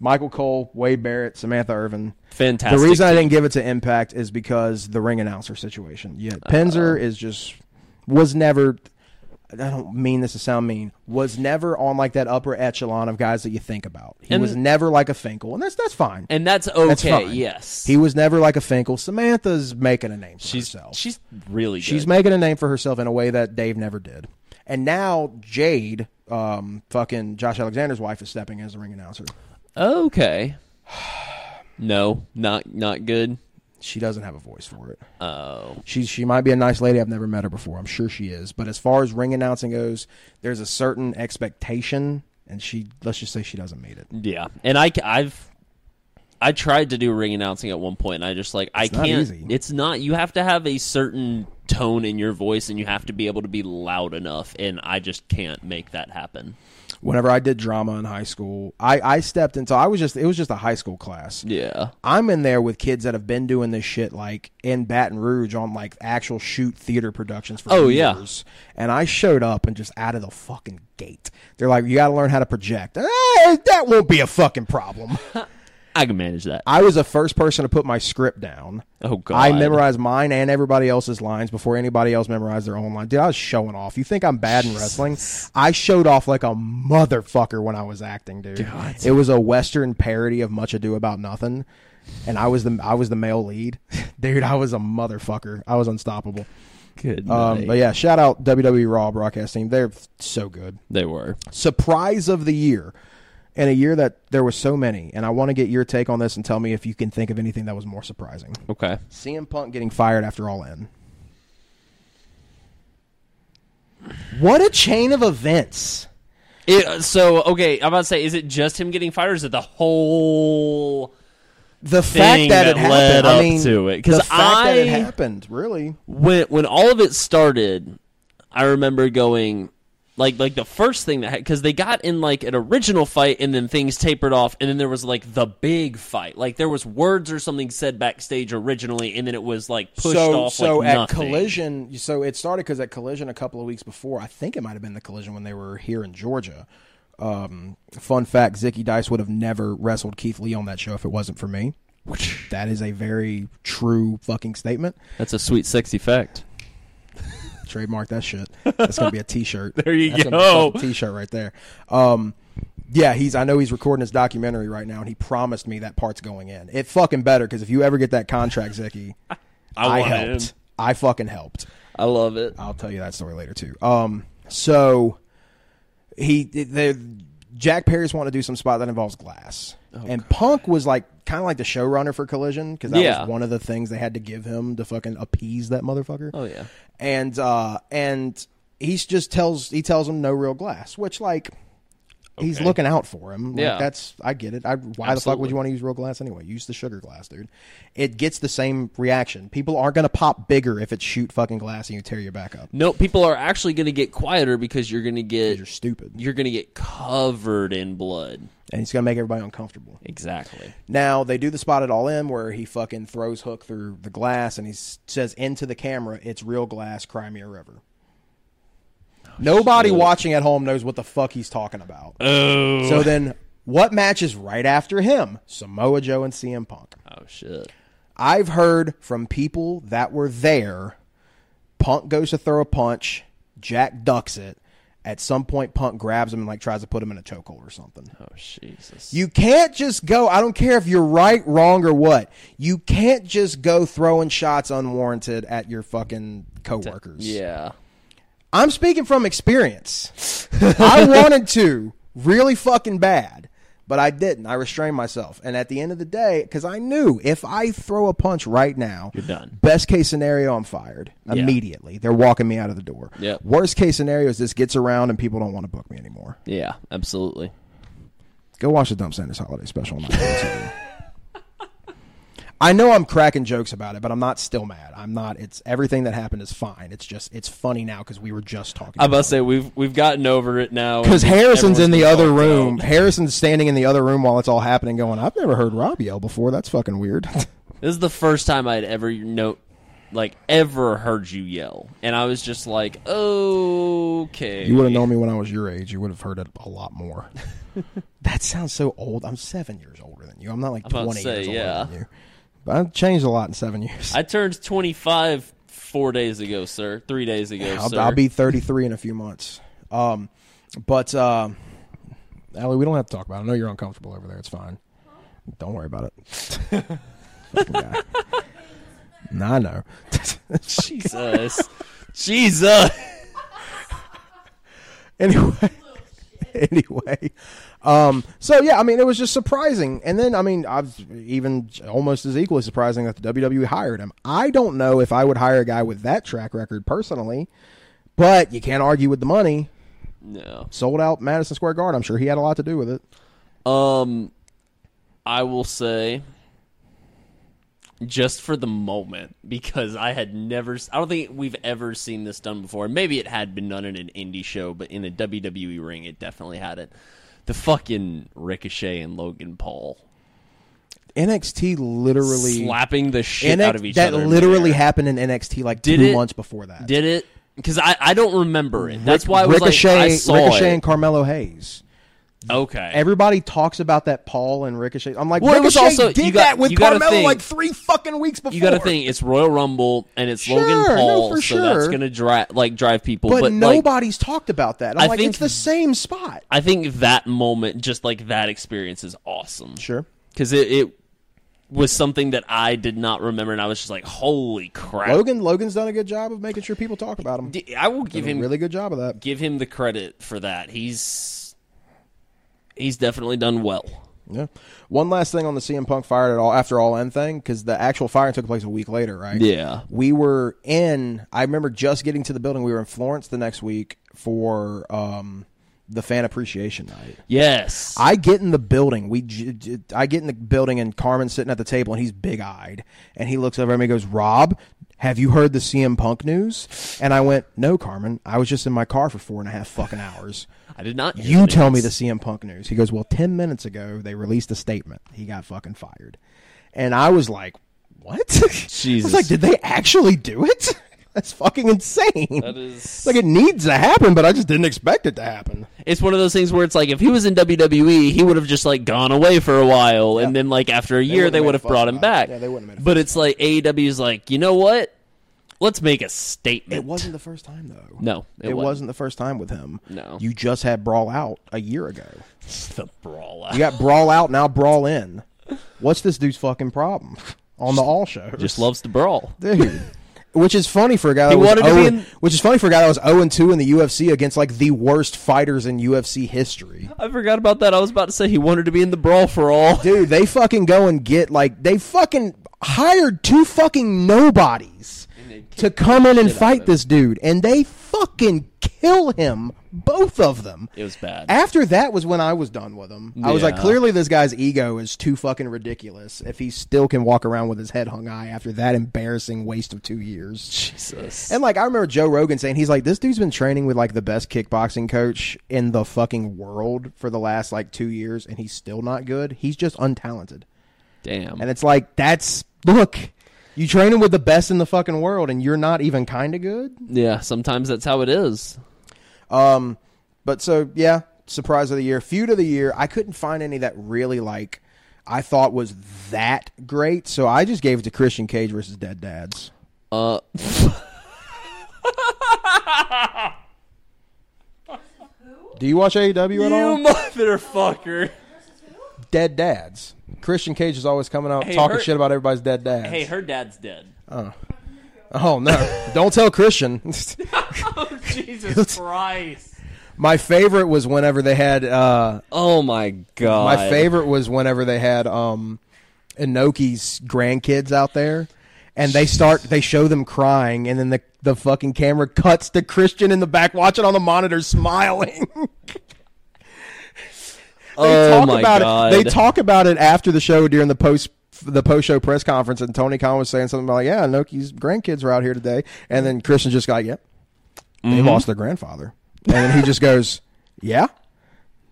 Speaker 1: Michael Cole, Wade Barrett, Samantha Irvin.
Speaker 3: Fantastic.
Speaker 1: The reason I didn't give it to Impact is because the ring announcer situation. Yeah, Penzer is just was never. I don't mean this to sound mean. Was never on like that upper echelon of guys that you think about. He
Speaker 3: And-
Speaker 1: was never like a Finkel, and that's that's fine.
Speaker 3: and that's okay.
Speaker 1: that's fine.
Speaker 3: Yes,
Speaker 1: he was never like a Finkel. Samantha's making a name for
Speaker 3: she's
Speaker 1: herself.
Speaker 3: she's really good.
Speaker 1: She's making a name for herself in a way that Dave never did. And now Jade, um, fucking Josh Alexander's wife, is stepping in as a ring announcer.
Speaker 3: okay. No, not not good.
Speaker 1: She doesn't have a voice for it.
Speaker 3: Oh,
Speaker 1: She she might be a nice lady. I've never met her before. I'm sure she is. But as far as ring announcing goes, there's a certain expectation, and she let's just say she doesn't meet it.
Speaker 3: yeah. And I have I tried to do ring announcing at one point, and I just like I
Speaker 1: not
Speaker 3: can't.
Speaker 1: easy.
Speaker 3: It's not. You have to have a certain tone in your voice, and you have to be able to be loud enough. And I just can't make that happen.
Speaker 1: Whenever I did drama in high school, I I stepped into I was just it was just a high school class.
Speaker 3: Yeah.
Speaker 1: I'm in there with kids that have been doing this shit like in Baton Rouge on like actual shoot theater productions for
Speaker 3: Oh, yeah.
Speaker 1: years. And I showed up and just out of the fucking gate. They're like, you got to learn how to project. Eh, that won't be a fucking problem.
Speaker 3: I can manage that.
Speaker 1: I was the first person to put my script down.
Speaker 3: Oh, God.
Speaker 1: I memorized mine and everybody else's lines before anybody else memorized their own line. Dude, I was showing off. You think I'm bad in wrestling? I showed off like a motherfucker when I was acting, dude. It was a western parody of Much Ado About Nothing, and I was the I was the male lead, dude. I was a motherfucker. I was unstoppable.
Speaker 3: Good.
Speaker 1: Um,
Speaker 3: night.
Speaker 1: but yeah, shout out WWE Raw broadcast team. They're so good
Speaker 3: They were.
Speaker 1: surprise of the year in a year that there was so many and i want to get your take on this and tell me if you can think of anything that was more surprising
Speaker 3: Okay.
Speaker 1: cm punk getting fired after all in what a chain of events
Speaker 3: It, so okay, I'm about to say, is it just him getting fired? Or is it the whole?
Speaker 1: the
Speaker 3: Thing
Speaker 1: fact that, it
Speaker 3: that
Speaker 1: happened
Speaker 3: led
Speaker 1: i
Speaker 3: up
Speaker 1: mean
Speaker 3: to it, 'cause
Speaker 1: the fact that it
Speaker 3: I-
Speaker 1: happened really
Speaker 3: when when all of it started, I remember going like like the first thing that because they got in like an original fight and then things tapered off and then there was like the big fight like there was words or something said backstage originally and then it was like pushed
Speaker 1: so
Speaker 3: off
Speaker 1: so
Speaker 3: like
Speaker 1: at
Speaker 3: nothing.
Speaker 1: collision so it started because at collision a couple of weeks before i think it might have been the collision when they were here in georgia um, fun fact zicky dice would have never wrestled keith lee on that show if it wasn't for me that is a very true fucking statement
Speaker 3: that's a sweet sexy fact
Speaker 1: trademark that shit that's gonna be a t-shirt there
Speaker 3: you
Speaker 1: that's gonna be a
Speaker 3: go.
Speaker 1: fucking t-shirt right there um, yeah he's i know he's recording his documentary right now and he promised me that part's going in it fucking better because if you ever get that contract zicky
Speaker 3: I,
Speaker 1: i
Speaker 3: want
Speaker 1: helped
Speaker 3: him.
Speaker 1: i fucking helped
Speaker 3: I love it
Speaker 1: I'll tell you that story later too. Um, so he they, Jack Perry's wanted to do some spot that involves glass,
Speaker 3: Oh,
Speaker 1: and Punk was like kind of like the showrunner for Collision because that
Speaker 3: Yeah.
Speaker 1: was one of the things they had to give him to fucking appease that motherfucker.
Speaker 3: oh yeah
Speaker 1: and uh, and he just tells he tells him no real glass, which like. He's
Speaker 3: Okay.
Speaker 1: looking out for him. Like,
Speaker 3: Yeah.
Speaker 1: that's I get it. I, why the fuck would
Speaker 3: Absolutely.
Speaker 1: you want to use real glass anyway? Use the sugar glass, dude. It gets the same reaction. People aren't gonna pop bigger if it's shoot fucking glass and you tear your back up.
Speaker 3: no people are actually going to get quieter because you're going to get
Speaker 1: you're stupid.
Speaker 3: you're going to get covered in blood
Speaker 1: And he's going to make everybody uncomfortable.
Speaker 3: exactly
Speaker 1: Now, they do the spot at All In where he fucking throws Hook through the glass and he s- says into the camera, it's real glass, cry me a river. Nobody watching at home knows what the fuck he's talking about.
Speaker 3: oh
Speaker 1: So then, what matches right after him? Samoa Joe and CM Punk.
Speaker 3: oh shit
Speaker 1: I've heard from people that were there. Punk goes to throw a punch. Jack ducks it. At some point, Punk grabs him and like tries to put him in a chokehold or something.
Speaker 3: oh jesus
Speaker 1: You can't just go. I don't care if you're right, wrong, or what. You can't just go throwing shots unwarranted at your fucking coworkers.
Speaker 3: yeah
Speaker 1: I'm speaking from experience. I wanted to really fucking bad, but I didn't. I restrained myself. And at the end of the day, because I knew if I throw a punch right now, you're
Speaker 3: done.
Speaker 1: Best case scenario, I'm fired immediately. They're walking me out of the door.
Speaker 3: Yep.
Speaker 1: Worst case scenario is this gets around and people don't want to book me anymore.
Speaker 3: yeah absolutely
Speaker 1: Go watch the Dump Sanders holiday special. on iTunes. I know I'm cracking jokes about it, but I'm not still mad. I'm not. It's everything that happened is fine. It's just it's funny now because we were just talking.
Speaker 3: I about to say we've we've gotten over it now
Speaker 1: because
Speaker 3: and
Speaker 1: Harrison's
Speaker 3: everyone's
Speaker 1: in the
Speaker 3: been
Speaker 1: other
Speaker 3: talked
Speaker 1: room.
Speaker 3: about.
Speaker 1: Harrison's standing in the other room while it's all happening, going, "I've never heard Rob yell before. That's fucking weird."
Speaker 3: This is the first time I'd ever no like ever heard you yell, and I was just like, okay.
Speaker 1: You would have known me when I was your age. You would have heard it a lot more. that sounds so old. I'm seven years older than you. I'm not like
Speaker 3: about
Speaker 1: 20
Speaker 3: to say,
Speaker 1: years older
Speaker 3: yeah.
Speaker 1: than you. But I've changed a lot in seven years.
Speaker 3: I turned twenty five four days ago, sir. Three days ago,
Speaker 1: I'll,
Speaker 3: sir.
Speaker 1: I'll be 33 in a few months. Um, but uh, Allie, we don't have to talk about. it. I know you're uncomfortable over there. It's fine. Don't worry about it. Fucking guy. nah, I know.
Speaker 3: Jesus, Jesus.
Speaker 1: anyway, anyway. Um, so yeah, I mean, it was just surprising, and then I mean, I've even almost as equally surprising that the WWE hired him. I don't know if I would hire a guy with that track record personally, but you can't argue with the money.
Speaker 3: No.
Speaker 1: Sold out Madison Square Garden. I'm sure he had a lot to do with it.
Speaker 3: Um, I will say, just for the moment, because I had never, s- I don't think we've ever seen this done before. Maybe it had been done in an indie show, but in a WWE ring, it definitely had it. The fucking Ricochet and Logan Paul
Speaker 1: NXT literally
Speaker 3: slapping the shit
Speaker 1: NX
Speaker 3: out of each
Speaker 1: that
Speaker 3: other. in
Speaker 1: literally
Speaker 3: midair.
Speaker 1: happened in NXT like
Speaker 3: Did
Speaker 1: two
Speaker 3: it?
Speaker 1: months before that.
Speaker 3: Did it? Because I, I don't remember it. That's why I was
Speaker 1: Ricochet,
Speaker 3: like, I saw
Speaker 1: Ricochet
Speaker 3: it.
Speaker 1: and Carmelo Hayes.
Speaker 3: okay.
Speaker 1: Everybody talks about that Paul and Ricochet. I'm like,
Speaker 3: Well, it was
Speaker 1: Ricochet
Speaker 3: also-
Speaker 1: did
Speaker 3: you got-
Speaker 1: that with
Speaker 3: you gotta
Speaker 1: Carmelo
Speaker 3: think-
Speaker 1: like three fucking weeks before.
Speaker 3: you got to think it's Royal Rumble and it's
Speaker 1: Sure, no,
Speaker 3: Logan Paul,
Speaker 1: for
Speaker 3: so that's
Speaker 1: sure.
Speaker 3: going to drive like drive people.
Speaker 1: but,
Speaker 3: But, like,
Speaker 1: nobody's talked about that. I'm
Speaker 3: I
Speaker 1: like,
Speaker 3: think-
Speaker 1: it's the same spot.
Speaker 3: I think that moment, just like that experience, is awesome.
Speaker 1: Sure.
Speaker 3: because it, it was something that I did not remember, and I was just like, "Holy crap!"
Speaker 1: Logan Logan's done a good job of making sure people talk about him.
Speaker 3: D- I will give
Speaker 1: Done a
Speaker 3: him
Speaker 1: really good job of that.
Speaker 3: give him the credit for that. He's he's definitely done well.
Speaker 1: Yeah. One last thing on the CM Punk fired at all after all end thing because the actual firing took place a week later, right?
Speaker 3: Yeah.
Speaker 1: We were in. I remember just getting to the building. We were in Florence the next week for um, the fan appreciation night.
Speaker 3: Yes,
Speaker 1: I get in the building. We, j- j- I get in the building, and Carmen's sitting at the table, and he's big eyed, and he looks over at me, and goes, "Rob, have you heard the CM Punk news?" And I went, "No, Carmen. I was just in my car for four and a half fucking hours."
Speaker 3: I did not.
Speaker 1: You
Speaker 3: hear that.
Speaker 1: tell me the CM Punk news. He goes, Well, 10 minutes ago, they released a statement. He got fucking fired. And I was like, What? I
Speaker 3: Jesus.
Speaker 1: was like, Did they actually do it? That's fucking insane.
Speaker 3: That is
Speaker 1: It's like, it needs to happen, but I just didn't expect it to happen.
Speaker 3: it's one of those things where it's like if he was in WWE, he would have just like gone away for a while, and then like after a year,
Speaker 1: wouldn't
Speaker 3: they
Speaker 1: have
Speaker 3: would
Speaker 1: made a
Speaker 3: have
Speaker 1: fuss
Speaker 3: brought him
Speaker 1: about it.
Speaker 3: back.
Speaker 1: Yeah, they wouldn't have made a
Speaker 3: But it's like AEW's like, you know what? Let's make a statement.
Speaker 1: It wasn't the first time, though.
Speaker 3: No, it
Speaker 1: It
Speaker 3: wasn't.
Speaker 1: wasn't the first time with him.
Speaker 3: No.
Speaker 1: You just had Brawl Out a year ago.
Speaker 3: the brawl.
Speaker 1: You got Brawl Out, now Brawl In. What's this dude's fucking problem on the All Show?
Speaker 3: Just loves to brawl.
Speaker 1: dude. Which is funny for a guy that was
Speaker 3: wanted to be
Speaker 1: 0
Speaker 3: in-
Speaker 1: which is funny for a guy that was zero and two in the UFC against like the worst fighters in UFC history.
Speaker 3: I forgot about that. I was about to say he wanted to be in the brawl for all.
Speaker 1: Dude, they fucking go and get like they fucking hired two fucking nobodies to come in and fight this dude, and they fucking kill him, both of them.
Speaker 3: It was bad.
Speaker 1: After that was when I was done with him. I was like,
Speaker 3: Yeah.
Speaker 1: clearly this guy's ego is too fucking ridiculous if he still can walk around with his head hung high after that embarrassing waste of two years.
Speaker 3: Jesus.
Speaker 1: And like I remember Joe Rogan saying he's like this dude's been training with like the best kickboxing coach in the fucking world for the last like 2 years and he's still not good. He's just untalented.
Speaker 3: Damn.
Speaker 1: And it's like that's look, you train him with the best in the fucking world and you're not even kind of good.
Speaker 3: yeah, sometimes that's how it is.
Speaker 1: Um but so yeah, surprise of the year, feud of the year. I couldn't find any that really like I thought was that great. So I just gave it to Christian Cage versus Dead Dads.
Speaker 3: Uh,
Speaker 1: Do you watch AEW at
Speaker 3: you
Speaker 1: all?
Speaker 3: motherfucker.
Speaker 1: dead dads. Christian Cage is always coming out
Speaker 3: Hey,
Speaker 1: talking
Speaker 3: her-
Speaker 1: shit about everybody's dead dads.
Speaker 3: Hey, her dad's dead.
Speaker 1: oh no! Don't tell Christian.
Speaker 3: Oh, Jesus Christ.
Speaker 1: my favorite was whenever they had. Uh,
Speaker 3: Oh, my God.
Speaker 1: my favorite was whenever they had um, Inoki's grandkids out there, and they start. They show them crying, and then the the fucking camera cuts to Christian in the back watching on the monitor, smiling. they
Speaker 3: oh
Speaker 1: talk
Speaker 3: my
Speaker 1: about
Speaker 3: God.
Speaker 1: it. They talk about it after the show during the post the post show press conference, and Tony Khan was saying something about like, "Yeah, Noki's grandkids are out here today," and then Christian just got, "Yep, they
Speaker 3: Mm-hmm.
Speaker 1: lost their grandfather," and then he just goes, "Yeah,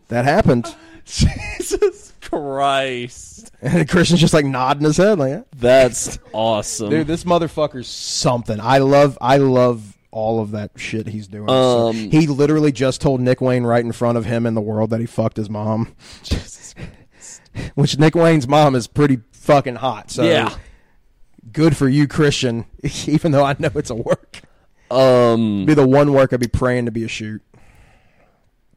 Speaker 1: that happened."
Speaker 3: Jesus Christ.
Speaker 1: And Christian's just like nodding his head, like, "Yeah."
Speaker 3: That's awesome.
Speaker 1: dude, this motherfucker's something. I love, I love all of that shit he's doing. So
Speaker 3: Um,
Speaker 1: he literally just told Nick Wayne right in front of him in the world that he fucked his mom, which Nick Wayne's mom is pretty fucking hot. So
Speaker 3: yeah.
Speaker 1: good for you, Christian. Even though I know it's a work,
Speaker 3: Um
Speaker 1: be the one work I'd be praying to be a shoot.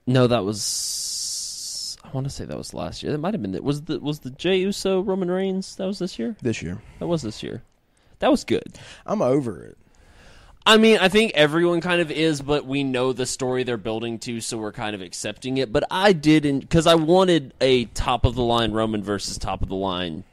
Speaker 3: no, that was I want to say that was last year. That might have been it. Was the was the Jey Uso Roman Reigns? That was this year?
Speaker 1: this year.
Speaker 3: That was this year. That was good.
Speaker 1: I'm over it.
Speaker 3: I mean, I think everyone kind of is, but we know the story they're building to, so we're kind of accepting it. But I didn't because I wanted a top of the line Roman versus top of the line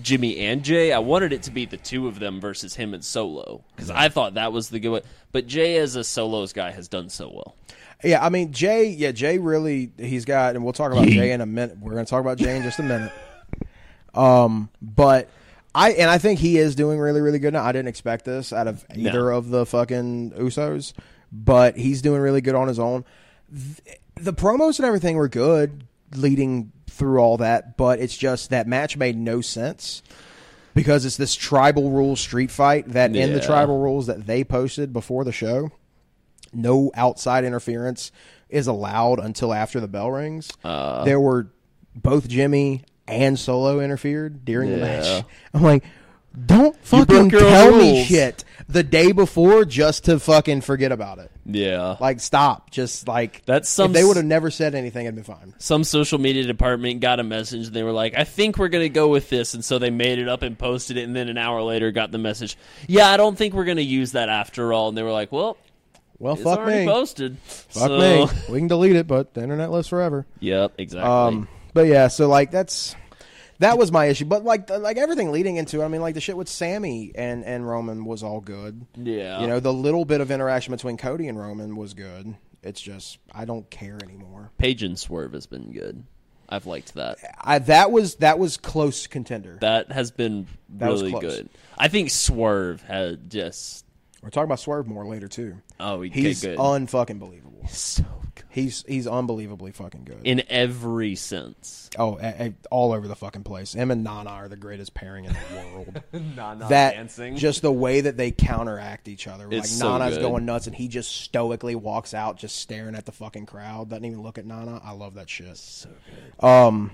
Speaker 3: Jimmy and Jay. I wanted it to be the two of them versus him and Solo because I thought that was the good one. But Jay as a Solos guy has done so well.
Speaker 1: Yeah, I mean Jay. Yeah, Jay really. He's got, and we'll talk about Jay in a minute. We're going to talk about Jay in just a minute. Um, but I and I think he is doing really, really good now. I didn't expect this out of either of the fucking Usos, but he's doing really good on his own. Th- The promos and everything were good leading through all that, but it's just that match made no sense. Because it's this tribal rules street fight that in the
Speaker 3: Yeah.
Speaker 1: tribal rules that they posted before the show, no outside interference is allowed until after the bell rings.
Speaker 3: Uh.
Speaker 1: there were both Jimmy and Solo interfered during the match. I'm like, don't fucking
Speaker 3: broke your own
Speaker 1: tell me
Speaker 3: rules.
Speaker 1: shit the day before just to fucking forget about it.
Speaker 3: Yeah,
Speaker 1: Like, stop. Just like
Speaker 3: That's some
Speaker 1: If they
Speaker 3: s-
Speaker 1: would have never said anything, it'd be fine.
Speaker 3: some social media department got a message and they were like, I think we're going to go with this. And so they made it up and posted it. And then an hour later got the message, Yeah, I don't think we're going to use that after all. And they were like, Well,
Speaker 1: Well,
Speaker 3: it's
Speaker 1: fuck
Speaker 3: already
Speaker 1: me.
Speaker 3: posted.
Speaker 1: Fuck
Speaker 3: so,
Speaker 1: me. We can delete it, but the internet lives forever.
Speaker 3: Yep, exactly.
Speaker 1: Um, but yeah, so like that's that was my issue. But like like everything leading into it, I mean, like the shit with Sammy and and Roman was all good.
Speaker 3: Yeah.
Speaker 1: you know, the little bit of interaction between Cody and Roman was good. It's just I don't care anymore.
Speaker 3: Page and Swerve has been good. I've liked that.
Speaker 1: I that was that was close contender.
Speaker 3: That has been
Speaker 1: was
Speaker 3: really
Speaker 1: close.
Speaker 3: good. I think Swerve had just.
Speaker 1: We're talking about Swerve more later too.
Speaker 3: Oh, okay,
Speaker 1: He's
Speaker 3: good.
Speaker 1: unfucking believable.
Speaker 3: so good.
Speaker 1: He's he's unbelievably fucking good.
Speaker 3: In every sense.
Speaker 1: oh, a, a- all over the fucking place. Him and Nana are the greatest pairing in the world.
Speaker 3: Uh,
Speaker 1: that just the way that they counteract each other.
Speaker 3: It's
Speaker 1: like
Speaker 3: so
Speaker 1: Nana's
Speaker 3: good.
Speaker 1: going nuts and he just stoically walks out, just staring at the fucking crowd. Doesn't even look at Nana. I love that shit. So good. Um,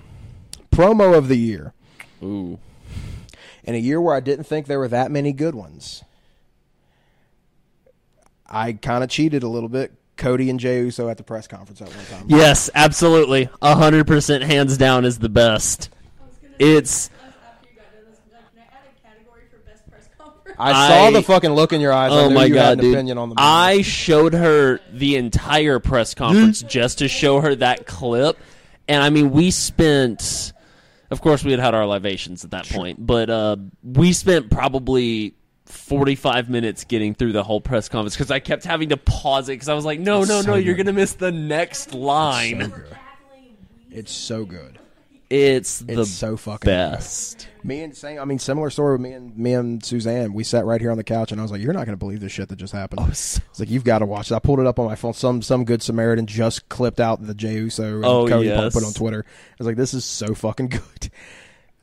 Speaker 1: promo of the year.
Speaker 3: Ooh.
Speaker 1: in a year where I didn't think there were that many good ones, I kind of cheated a little bit. Cody and Jey Uso at the press conference at one time.
Speaker 3: Yes, absolutely. 100% hands down is the best. It's-
Speaker 2: After you got done this, like, can I add a category for best press conference?
Speaker 1: I saw
Speaker 3: I-
Speaker 1: the fucking look in your eyes. I
Speaker 3: Oh
Speaker 1: knew
Speaker 3: my
Speaker 1: you
Speaker 3: god,
Speaker 1: had an
Speaker 3: dude.
Speaker 1: opinion on the matter.
Speaker 3: I showed her the entire press conference just to show her that clip. And I mean, we spent of course we had had our libations at that point, but uh, we spent probably 45 minutes getting through the whole press conference cuz I kept having to pause it cuz I was like, "No, no, no, you're going to miss the next line."
Speaker 2: Exactly. We
Speaker 1: it's so good.
Speaker 3: It's,
Speaker 1: It's
Speaker 3: the
Speaker 1: so fucking
Speaker 3: best.
Speaker 1: good. Me and same. I mean, similar story with me and me and Suzanne. We sat right here on the couch, and I was like, "You're not going to believe this shit that just happened."
Speaker 3: Oh, so-
Speaker 1: it's like you've got to watch it. I pulled it up on my phone. Some some good Samaritan just clipped out the Jey Uso and
Speaker 3: Oh,
Speaker 1: Cody
Speaker 3: yes.
Speaker 1: put on Twitter. I was like, "This is so fucking good."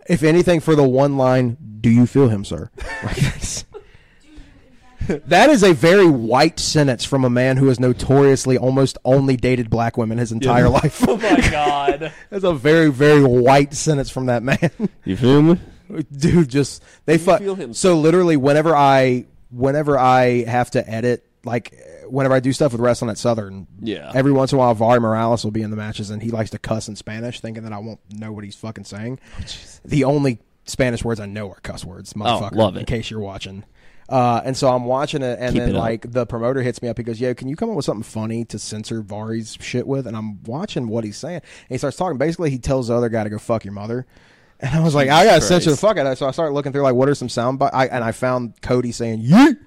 Speaker 1: If anything, for the one line, "Do you feel him, sir?" Like that's- that is a very white sentence from a man who has notoriously almost only dated black women his entire life.
Speaker 3: Oh my god.
Speaker 1: That's a very, very white sentence from that man.
Speaker 3: You feel me?
Speaker 1: dude just they fuck
Speaker 3: feel him.
Speaker 1: so literally whenever i whenever i have to edit like whenever i do stuff with wrestling at southern
Speaker 3: Yeah.
Speaker 1: every once in a while Var morales will be in the matches and he likes to cuss in spanish thinking that i won't know what he's fucking saying
Speaker 3: Oh,
Speaker 1: the only spanish words i know are cuss words motherfucker
Speaker 3: love
Speaker 1: in
Speaker 3: it.
Speaker 1: case you're watching uh, and so I'm watching it, and
Speaker 3: Keep
Speaker 1: then
Speaker 3: it up.
Speaker 1: like the promoter hits me up. He goes, "Yo, can you come up with something funny to censor Vari's shit with?" And I'm watching what he's saying, and he starts talking. Basically, he tells the other guy to go fuck your mother, and I was like, "I gotta censor the
Speaker 3: Christ.
Speaker 1: fuck out of that." So I started looking through like what are some sound bites, I, and I found Cody saying "yeet,"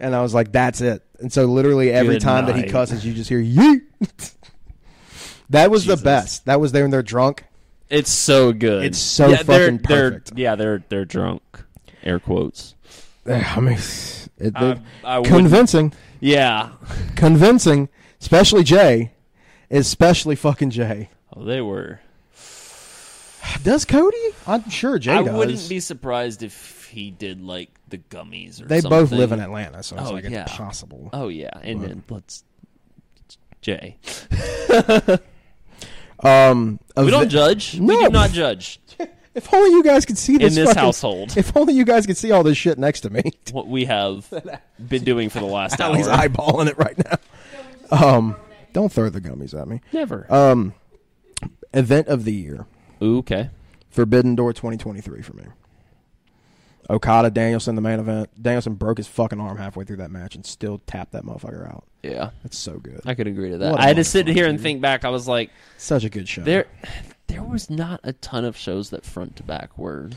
Speaker 1: and I was like, "That's it." And so literally every
Speaker 3: Good
Speaker 1: time that he
Speaker 3: night.
Speaker 1: cusses, you just hear "yeet." that was the
Speaker 3: Jesus.
Speaker 1: best. That was there when they're drunk.
Speaker 3: It's so good.
Speaker 1: It's so
Speaker 3: they're-
Speaker 1: fucking
Speaker 3: they're,
Speaker 1: perfect.
Speaker 3: yeah, they're they're drunk. Air quotes.
Speaker 1: I mean, it,
Speaker 3: I- I wouldn't-
Speaker 1: convincing.
Speaker 3: Yeah.
Speaker 1: convincing, especially Jay, especially fucking Jay.
Speaker 3: Oh, they were.
Speaker 1: Does Cody? I'm sure Jay
Speaker 3: I
Speaker 1: does.
Speaker 3: wouldn't be surprised if he did like the gummies or
Speaker 1: they
Speaker 3: something.
Speaker 1: both live in Atlanta, so it's
Speaker 3: Oh,
Speaker 1: like
Speaker 3: yeah.
Speaker 1: it's possible.
Speaker 3: Oh yeah, and then let's it's Jay.
Speaker 1: Um,
Speaker 3: Uh, We
Speaker 1: of
Speaker 3: don't
Speaker 1: the-
Speaker 3: judge.
Speaker 1: No.
Speaker 3: We do not judge
Speaker 1: If only you guys could see this,
Speaker 3: in this
Speaker 1: fucking-
Speaker 3: household.
Speaker 1: If only you guys could see all this shit next to me.
Speaker 3: What we have been doing for the last hour.
Speaker 1: Allie's eyeballing it right now. Um, don't throw the gummies at me.
Speaker 3: Never.
Speaker 1: Um, event of the year,
Speaker 3: okay.
Speaker 1: Forbidden Door 2023 for me. Okada Danielson the main event. Danielson broke his fucking arm halfway through that match and still tapped that motherfucker out.
Speaker 3: Yeah,
Speaker 1: That's so good.
Speaker 3: I could agree to that.
Speaker 1: What a
Speaker 3: I had to sit here and
Speaker 1: motherfucker.
Speaker 3: think back. I was like,
Speaker 1: Such a good show.
Speaker 3: there, there was not a ton of shows that front to back were.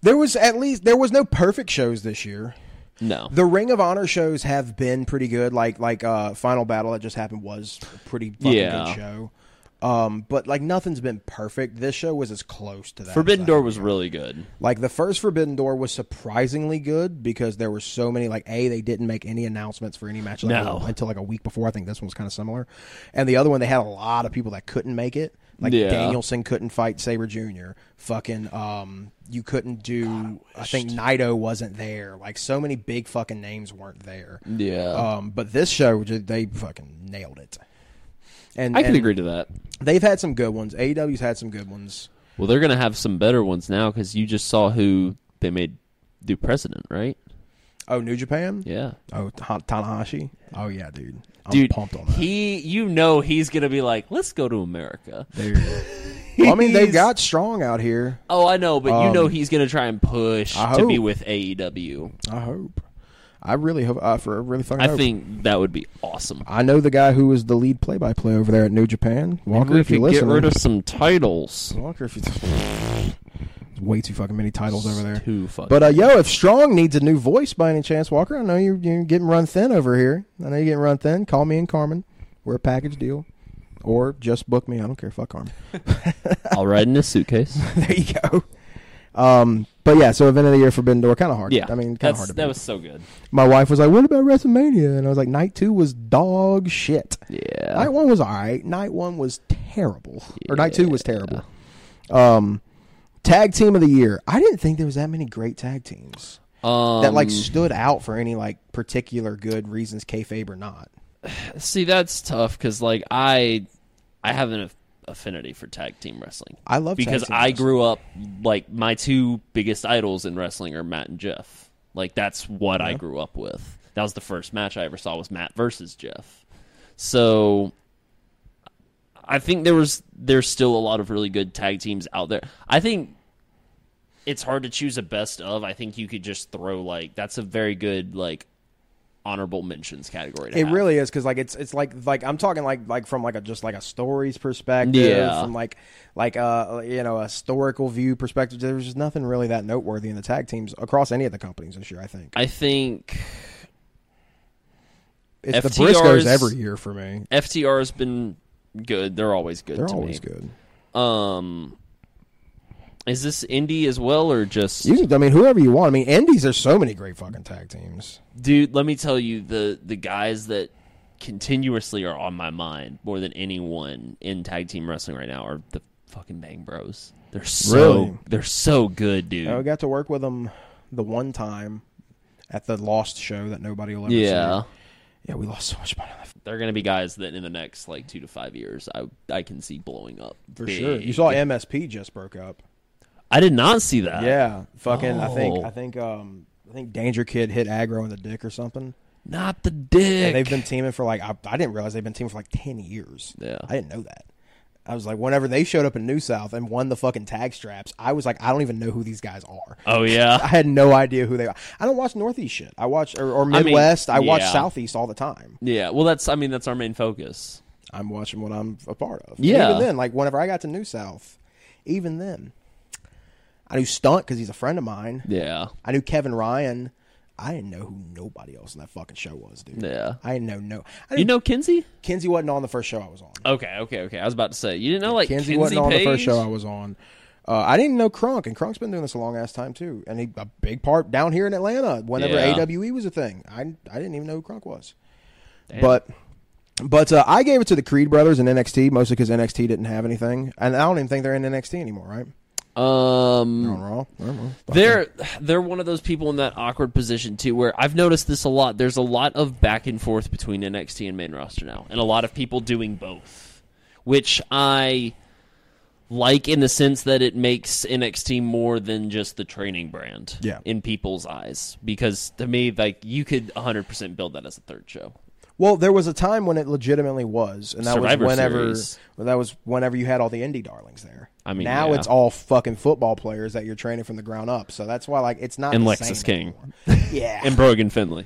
Speaker 1: there was at least there was no perfect shows this year.
Speaker 3: No,
Speaker 1: The Ring of Honor shows have been pretty good. Like like uh Final Battle that just happened was a pretty fucking
Speaker 3: Yeah.
Speaker 1: good show. Um, but like nothing's been perfect. This show was as close to that. as
Speaker 3: Forbidden
Speaker 1: I-
Speaker 3: Door was really good.
Speaker 1: Like the first Forbidden Door was surprisingly good because there were so many. Like a, they didn't make any announcements for any match like,
Speaker 3: No.
Speaker 1: until like a week before. I think this one was kind of similar, and the other one they had a lot of people that couldn't make it. Like
Speaker 3: Yeah.
Speaker 1: Danielson couldn't fight Saber Junior. Fucking um, you couldn't do. I, think Naito wasn't there. Like so many big fucking names weren't there.
Speaker 3: Yeah,
Speaker 1: Um, but this show ju- they fucking nailed it. And
Speaker 3: I can
Speaker 1: and
Speaker 3: agree to that.
Speaker 1: They've had some good ones. AEW's had some good ones.
Speaker 3: Well, they're gonna have some better ones now because you just saw who they made do president, right?
Speaker 1: Oh, New Japan.
Speaker 3: Yeah,
Speaker 1: Oh, Ta- Tanahashi. Oh yeah, dude. I'm
Speaker 3: dude,
Speaker 1: pumped on that.
Speaker 3: he, you know, he's gonna be like, let's go to America.
Speaker 1: Dude. Well, I mean, they've
Speaker 3: He's-
Speaker 1: got strong out here.
Speaker 3: Oh, I know, but you
Speaker 1: Um,
Speaker 3: know he's gonna try and push
Speaker 1: I
Speaker 3: to be
Speaker 1: hope.
Speaker 3: with E AEW.
Speaker 1: I hope. I really hope. I for really fucking.
Speaker 3: I
Speaker 1: hope.
Speaker 3: think that would be awesome.
Speaker 1: I know the guy who was the lead play-by-play over there at New Japan. Walker,
Speaker 3: We
Speaker 1: if you
Speaker 3: could get
Speaker 1: listen,
Speaker 3: rid of some titles.
Speaker 1: Walker, if you. There's way too fucking many titles over there.
Speaker 3: Too fucking.
Speaker 1: But uh, yo, if Strong needs a new voice by any chance, Walker, I know you're, you're getting run thin over here. I know you're getting run thin. Call me and Carmen. We're a package deal, or just book me. I don't care. Fuck Carmen.
Speaker 3: I'll ride in a suitcase.
Speaker 1: there you go. Um, but yeah, so event of the year Forbidden Door, kind of hard.
Speaker 3: Yeah,
Speaker 1: I mean, kind
Speaker 3: that's-
Speaker 1: of hard. To
Speaker 3: that
Speaker 1: beat.
Speaker 3: was so good.
Speaker 1: My wife was like, "What about WrestleMania?" And I was like, "Night two was dog shit.
Speaker 3: Yeah,
Speaker 1: Night one was all right. Night one was terrible, or night two was terrible." Um, tag team of the year. I didn't think there was that many great tag teams
Speaker 3: um,
Speaker 1: that like stood out for any like particular good reasons, kayfabe or not.
Speaker 3: see, that's tough because like I, I have an aff- affinity for tag team wrestling.
Speaker 1: I love tag
Speaker 3: because
Speaker 1: team
Speaker 3: I
Speaker 1: wrestling.
Speaker 3: grew up like my two biggest idols in wrestling are Matt and Jeff. Like that's what I grew up with. That was the first match I ever saw was Matt versus Jeff. So I think there was there's still a lot of really good tag teams out there. I think it's hard to choose a best of. I think you could just throw like that's a very good like honorable mentions category. To
Speaker 1: It
Speaker 3: have.
Speaker 1: really is because like it's it's like like I'm talking like like from like a just like a stories perspective,
Speaker 3: Yeah.
Speaker 1: from like like uh you know a historical view perspective. There's just nothing really that noteworthy in the tag teams across any of the companies this year. I think
Speaker 3: I think
Speaker 1: it's the
Speaker 3: FTRs
Speaker 1: Briscoes every year for me.
Speaker 3: FTR has been good. They're always good.
Speaker 1: They're
Speaker 3: to
Speaker 1: always
Speaker 3: me.
Speaker 1: good.
Speaker 3: Um, is this indie as well, or just
Speaker 1: You can, I mean, whoever you want. I mean, Indies. There's so many great fucking tag teams.
Speaker 3: dude? Let me tell you the the guys that continuously are on my mind more than anyone in tag team wrestling right now are the fucking Bang Bros. They're so
Speaker 1: Really?
Speaker 3: they're so good, dude.
Speaker 1: I got to work with them the one time at the Lost show that nobody will ever
Speaker 3: Yeah,
Speaker 1: see. Yeah, we lost so much money. on that
Speaker 3: they're gonna be guys that in the next like two to five years, I I can see blowing up
Speaker 1: For
Speaker 3: big.
Speaker 1: sure. You saw MSP just broke up.
Speaker 3: I did not see that.
Speaker 1: Yeah, fucking. I think.
Speaker 3: Oh.
Speaker 1: I think. Um, I think Danger Kid hit aggro in the dick or something.
Speaker 3: not the dick.
Speaker 1: And they've been teaming for like. I, I didn't realize they've been teaming for like ten years.
Speaker 3: Yeah.
Speaker 1: I didn't know that. I was like, whenever they showed up in New South and won the fucking tag straps, I was like, I don't even know who these guys are.
Speaker 3: oh yeah.
Speaker 1: I had no idea who they are. I don't watch Northeast shit. I watch or, or
Speaker 3: mean,
Speaker 1: Midwest. I, watch
Speaker 3: yeah.
Speaker 1: Southeast all the time.
Speaker 3: Yeah, well, that's I mean that's our main focus.
Speaker 1: I'm watching what I'm a part of.
Speaker 3: Yeah.
Speaker 1: Even then, like whenever I got to New South, even then, I knew Stunt because he's a friend of mine.
Speaker 3: Yeah,
Speaker 1: I knew Kevin Ryan. I didn't know who nobody else in that fucking show was, dude.
Speaker 3: yeah.
Speaker 1: I didn't know no. I didn't,
Speaker 3: You know Kinsey?
Speaker 1: Kenzie wasn't on the first show I was on.
Speaker 3: Okay, okay, okay. I was about to say you didn't know like
Speaker 1: Kenzie,
Speaker 3: Kinsey,
Speaker 1: wasn't on the first
Speaker 3: Page?
Speaker 1: show I was on. Uh, I didn't know Crunk, and Crunk's been doing this a long ass time too, and he, a big part down here in Atlanta. Whenever
Speaker 3: Yeah.
Speaker 1: AWE was a thing, I I didn't even know who Crunk was. But but uh, I gave it to the Creed brothers in NXT mostly because NXT didn't have anything, and I don't even think they're in NXT anymore, right?
Speaker 3: Um,
Speaker 1: on Raw. I don't know.
Speaker 3: they're they're one of those people in that awkward position too, where I've noticed this a lot. There's a lot of back and forth between NXT and main roster now, and a lot of people doing both, which I like in the sense that it makes NXT more than just the training brand,
Speaker 1: Yeah.
Speaker 3: in people's eyes. Because to me, like you could 100 percent build that as a third show.
Speaker 1: Well, there was a time when it legitimately was, and that
Speaker 3: Survivor
Speaker 1: was whenever
Speaker 3: Series.
Speaker 1: well, that was whenever you had all the indie darlings there.
Speaker 3: I mean,
Speaker 1: now
Speaker 3: yeah.
Speaker 1: it's all fucking football players that you're training from the ground up. So that's why, like, it's not
Speaker 3: And
Speaker 1: the
Speaker 3: Lexus
Speaker 1: same
Speaker 3: King.
Speaker 1: anymore. yeah,
Speaker 3: and Brogan Finley.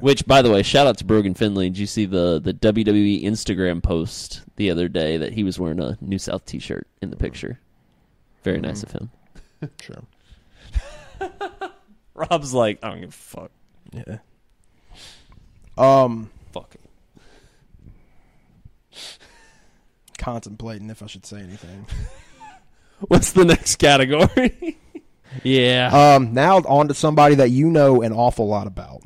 Speaker 3: Which, by the way, shout out to Brogan Finley. Did you see the, the WWE Instagram post the other day that he was wearing a New South t shirt in the picture? Very nice of him.
Speaker 1: sure.
Speaker 3: Rob's like, I don't give a fuck.
Speaker 1: Yeah. Um,
Speaker 3: Fuck it.
Speaker 1: contemplating if I should say anything.
Speaker 3: What's the next category? Uh, yeah.
Speaker 1: Um, now on to somebody that you know an awful lot about.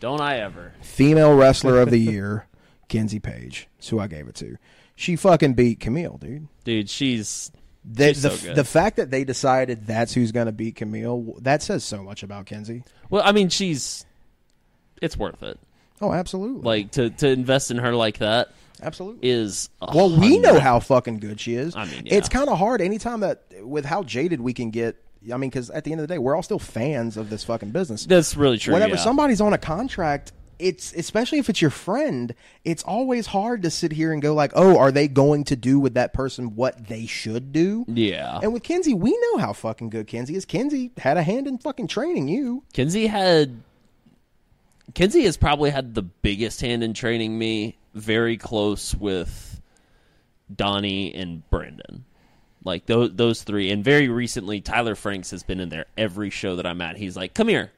Speaker 3: don't I ever.
Speaker 1: Female wrestler of the year, Kenzie Page. That's who I gave it to. She fucking beat Camille, dude.
Speaker 3: Dude, she's.
Speaker 1: The,
Speaker 3: She's
Speaker 1: the,
Speaker 3: so good.
Speaker 1: the fact that they decided that's who's going to beat Camille, that says so much about Kenzie.
Speaker 3: Well, I mean, she's. It's worth it.
Speaker 1: Oh, absolutely.
Speaker 3: Like, to, to invest in her like that
Speaker 1: absolutely.
Speaker 3: is. a
Speaker 1: well, we
Speaker 3: hundred-
Speaker 1: know how fucking good she is.
Speaker 3: I mean, yeah.
Speaker 1: It's kind of hard anytime that, with how jaded we can get. I mean, because at the end of the day, we're all still fans of this fucking business.
Speaker 3: That's really true.
Speaker 1: Whenever
Speaker 3: yeah.
Speaker 1: somebody's on a contract, it's especially if it's your friend, it's always hard to sit here and go like, "Oh, are they going to do with that person what they should do?"
Speaker 3: Yeah.
Speaker 1: And with Kenzie, we know how fucking good Kenzie is. Kenzie had a hand in fucking training you.
Speaker 3: Kinsey had Kinsey has probably had the biggest hand in training me very close with Donnie and Brandon. Like those those three and very recently Tyler Franks has been in there every show that I'm at. He's like, "Come here.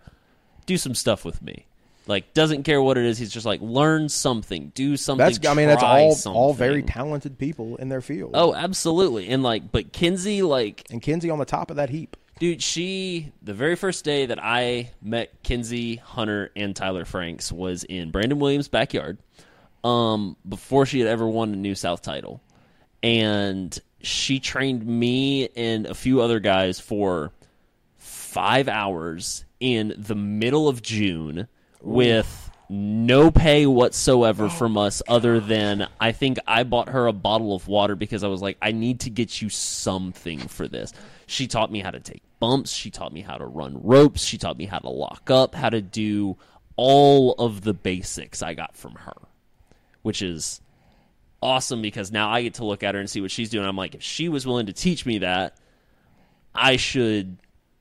Speaker 3: Do some stuff with me." Like doesn't care what it is. He's just like, "Learn something. Do something."
Speaker 1: That's I mean, that's
Speaker 3: try
Speaker 1: all all
Speaker 3: something."
Speaker 1: very talented people in their field.
Speaker 3: Oh, absolutely. And like but Kinsey like
Speaker 1: and Kenzie on the top of that heap.
Speaker 3: Dude, she the very first day that I met Kinsey Hunter and Tyler Franks was in Brandon Williams' backyard. Um, before she had ever won a New South title, and she trained me and a few other guys for five hours in the middle of June with no pay whatsoever from us, other than I think I bought her a bottle of water because I was like, I need to get you something for this. She taught me how to take bumps. She taught me how to run ropes. She taught me how to lock up, how to do all of the basics I got from her, which is awesome because now I get to look at her and see what she's doing. I'm like, if she was willing to teach me that, I should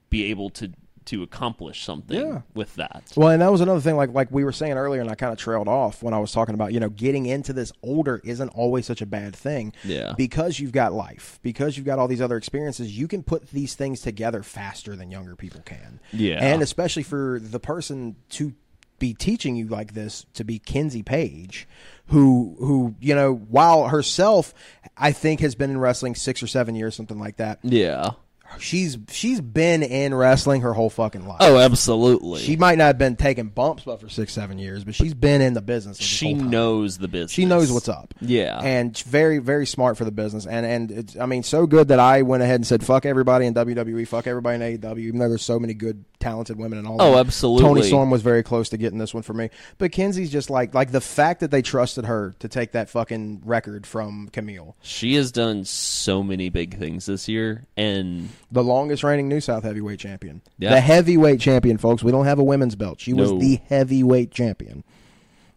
Speaker 3: be able to to accomplish something
Speaker 1: Yeah.
Speaker 3: with that.
Speaker 1: Well, and that was another thing, like like we were saying earlier, and I kind of trailed off when I was talking about you know getting into this older isn't always such a bad thing.
Speaker 3: Yeah.
Speaker 1: because you've got life, because you've got all these other experiences, you can put these things together faster than younger people can.
Speaker 3: Yeah.
Speaker 1: and especially for the person to be teaching you like this to be Kinsey Page, who who you know while herself, I think has been in wrestling six or seven years, something like that.
Speaker 3: Yeah.
Speaker 1: She's she's been in wrestling her whole fucking life.
Speaker 3: Oh, absolutely.
Speaker 1: She
Speaker 3: She,
Speaker 1: might not have been taking bumps, but for six, seven years, but she's been in the business. this whole time.
Speaker 3: knows the business.
Speaker 1: She knows what's up.
Speaker 3: Yeah.
Speaker 1: and she's very, very smart for the business. And and it's, I mean, so good that I went ahead and said, "Fuck everybody in WWE, fuck everybody in AEW," even though there's so many good, talented women and all.
Speaker 3: Oh,
Speaker 1: that.
Speaker 3: absolutely.
Speaker 1: Tony Storm was very close to getting this one for me, but Kenzie's just like like the fact that they trusted her to take that fucking record from Camille,
Speaker 3: She has done so many big things this year, and
Speaker 1: the longest reigning New South heavyweight champion,
Speaker 3: Yeah.
Speaker 1: the heavyweight champion, folks. We don't have a women's belt. She
Speaker 3: No.
Speaker 1: was the heavyweight champion,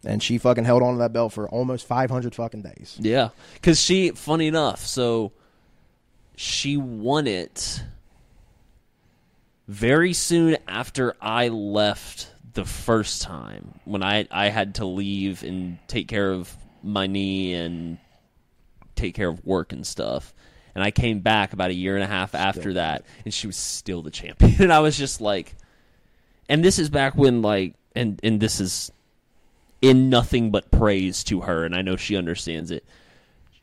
Speaker 1: and she fucking held on to that belt for almost 500 fucking days.
Speaker 3: yeah, because she, funny enough, so she won it very soon after I left the first time when I I had to leave and take care of my knee and take care of work and stuff. And I came back about a year and a half after that, and she was still the champion. And I was just like, and this is back when like, and and this is in nothing but praise to her, and I know she understands it.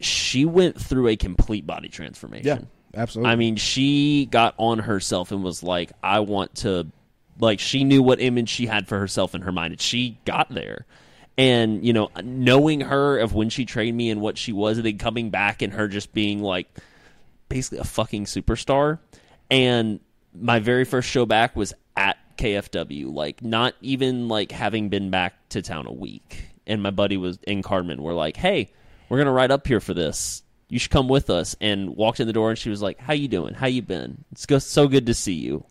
Speaker 3: She went through a complete body transformation.
Speaker 1: absolutely.
Speaker 3: I mean, she got on herself and was like, I want to, like, she knew what image she had for herself in her mind, and she got there. And, you know, knowing her of when she trained me and what she was, and then coming back and her just being like, basically a fucking superstar. And my very first show back was at KFW, like not even like having been back to town a week. And my buddy was in Carmen were like, "Hey, we're gonna ride up here for this. You should come with us." And walked in the door, and she was like, "How you doing? How you been? It's go- so good to see you."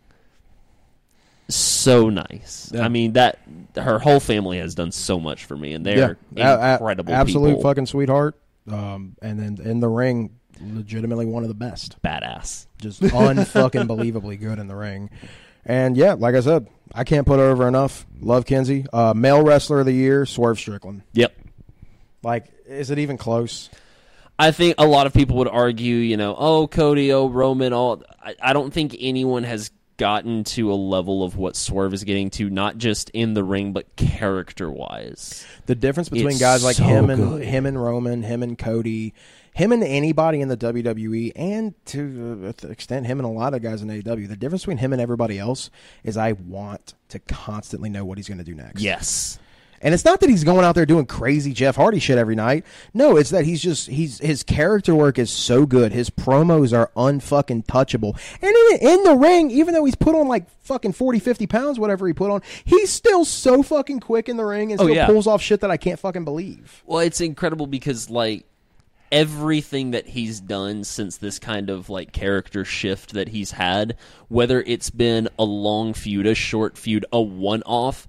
Speaker 3: So nice.
Speaker 1: Yeah.
Speaker 3: I mean that her whole family has done so much for me, and they're
Speaker 1: A- a-
Speaker 3: incredible,
Speaker 1: absolute
Speaker 3: people.
Speaker 1: fucking sweetheart. Um, and then in the ring, legitimately one of the best.
Speaker 3: badass.
Speaker 1: just unfucking believably good in the ring. And yeah, like I said, I can't put her over enough. Love Kinsey, uh, male wrestler of the year, Swerve Strickland.
Speaker 3: Yep.
Speaker 1: Like, is it even close?
Speaker 3: I think a lot of people would argue, you know, oh Cody, oh Roman, all. I, I don't think anyone has gotten to a level of what Swerve is getting to, not just in the ring, but character wise.
Speaker 1: The difference between
Speaker 3: It's
Speaker 1: guys like
Speaker 3: so
Speaker 1: him and
Speaker 3: good.
Speaker 1: him and Roman, him and Cody, him and anybody in the WWE, and to the extent him and a lot of guys in AEW, the difference between him and everybody else is I want to constantly know what he's going to do next.
Speaker 3: Yes.
Speaker 1: And it's not that he's going out there doing crazy Jeff Hardy shit every night. No, it's that he's just he's his character work is so good. His promos are unfucking touchable. And in, in the ring, even though he's put on like fucking 40, 50 pounds, whatever he put on, he's still so fucking quick in the ring and
Speaker 3: Oh,
Speaker 1: still
Speaker 3: yeah.
Speaker 1: pulls off shit that I can't fucking believe.
Speaker 3: Well, it's incredible because like everything that he's done since this kind of like character shift that he's had, whether it's been a long feud, a short feud, a one off,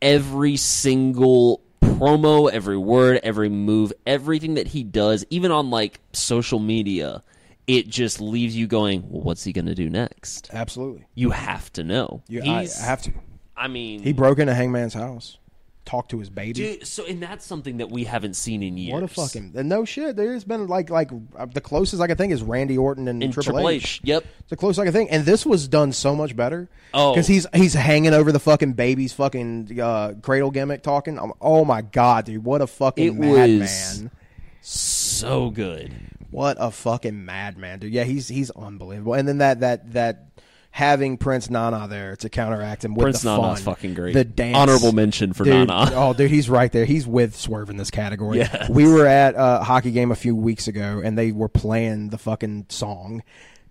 Speaker 3: every single promo, every word, every move, everything that he does, even on like social media, it just leaves you going, well, what's he going to do next?
Speaker 1: Absolutely.
Speaker 3: You have to know.
Speaker 1: You, I,
Speaker 3: He's-
Speaker 1: I have to.
Speaker 3: I mean,
Speaker 1: He broke into Hangman's house, talked to his baby.
Speaker 3: dude, so and that's something that we haven't seen in years.
Speaker 1: what a fucking no shit. There's been like like uh, the closest I can think is Randy Orton and,
Speaker 3: in
Speaker 1: Triple, H.
Speaker 3: Yep.
Speaker 1: It's the closest I can think. And this was done so much better.
Speaker 3: Oh.
Speaker 1: because he's he's hanging over the fucking baby's fucking uh, cradle gimmick, talking. I'm, oh my god, dude, what a fucking
Speaker 3: It
Speaker 1: madman!
Speaker 3: was- so good.
Speaker 1: What a fucking madman, dude. Yeah, he's he's unbelievable. And then that that that having Prince Nana there to counteract him with
Speaker 3: Prince
Speaker 1: the
Speaker 3: Nana's
Speaker 1: fun,
Speaker 3: fucking great.
Speaker 1: The dance,
Speaker 3: Honorable mention for
Speaker 1: Dude,
Speaker 3: Nana.
Speaker 1: Oh, dude, he's right there. He's with Swerve in this category.
Speaker 3: Yes.
Speaker 1: We were at a hockey game a few weeks ago, and they were playing the fucking song.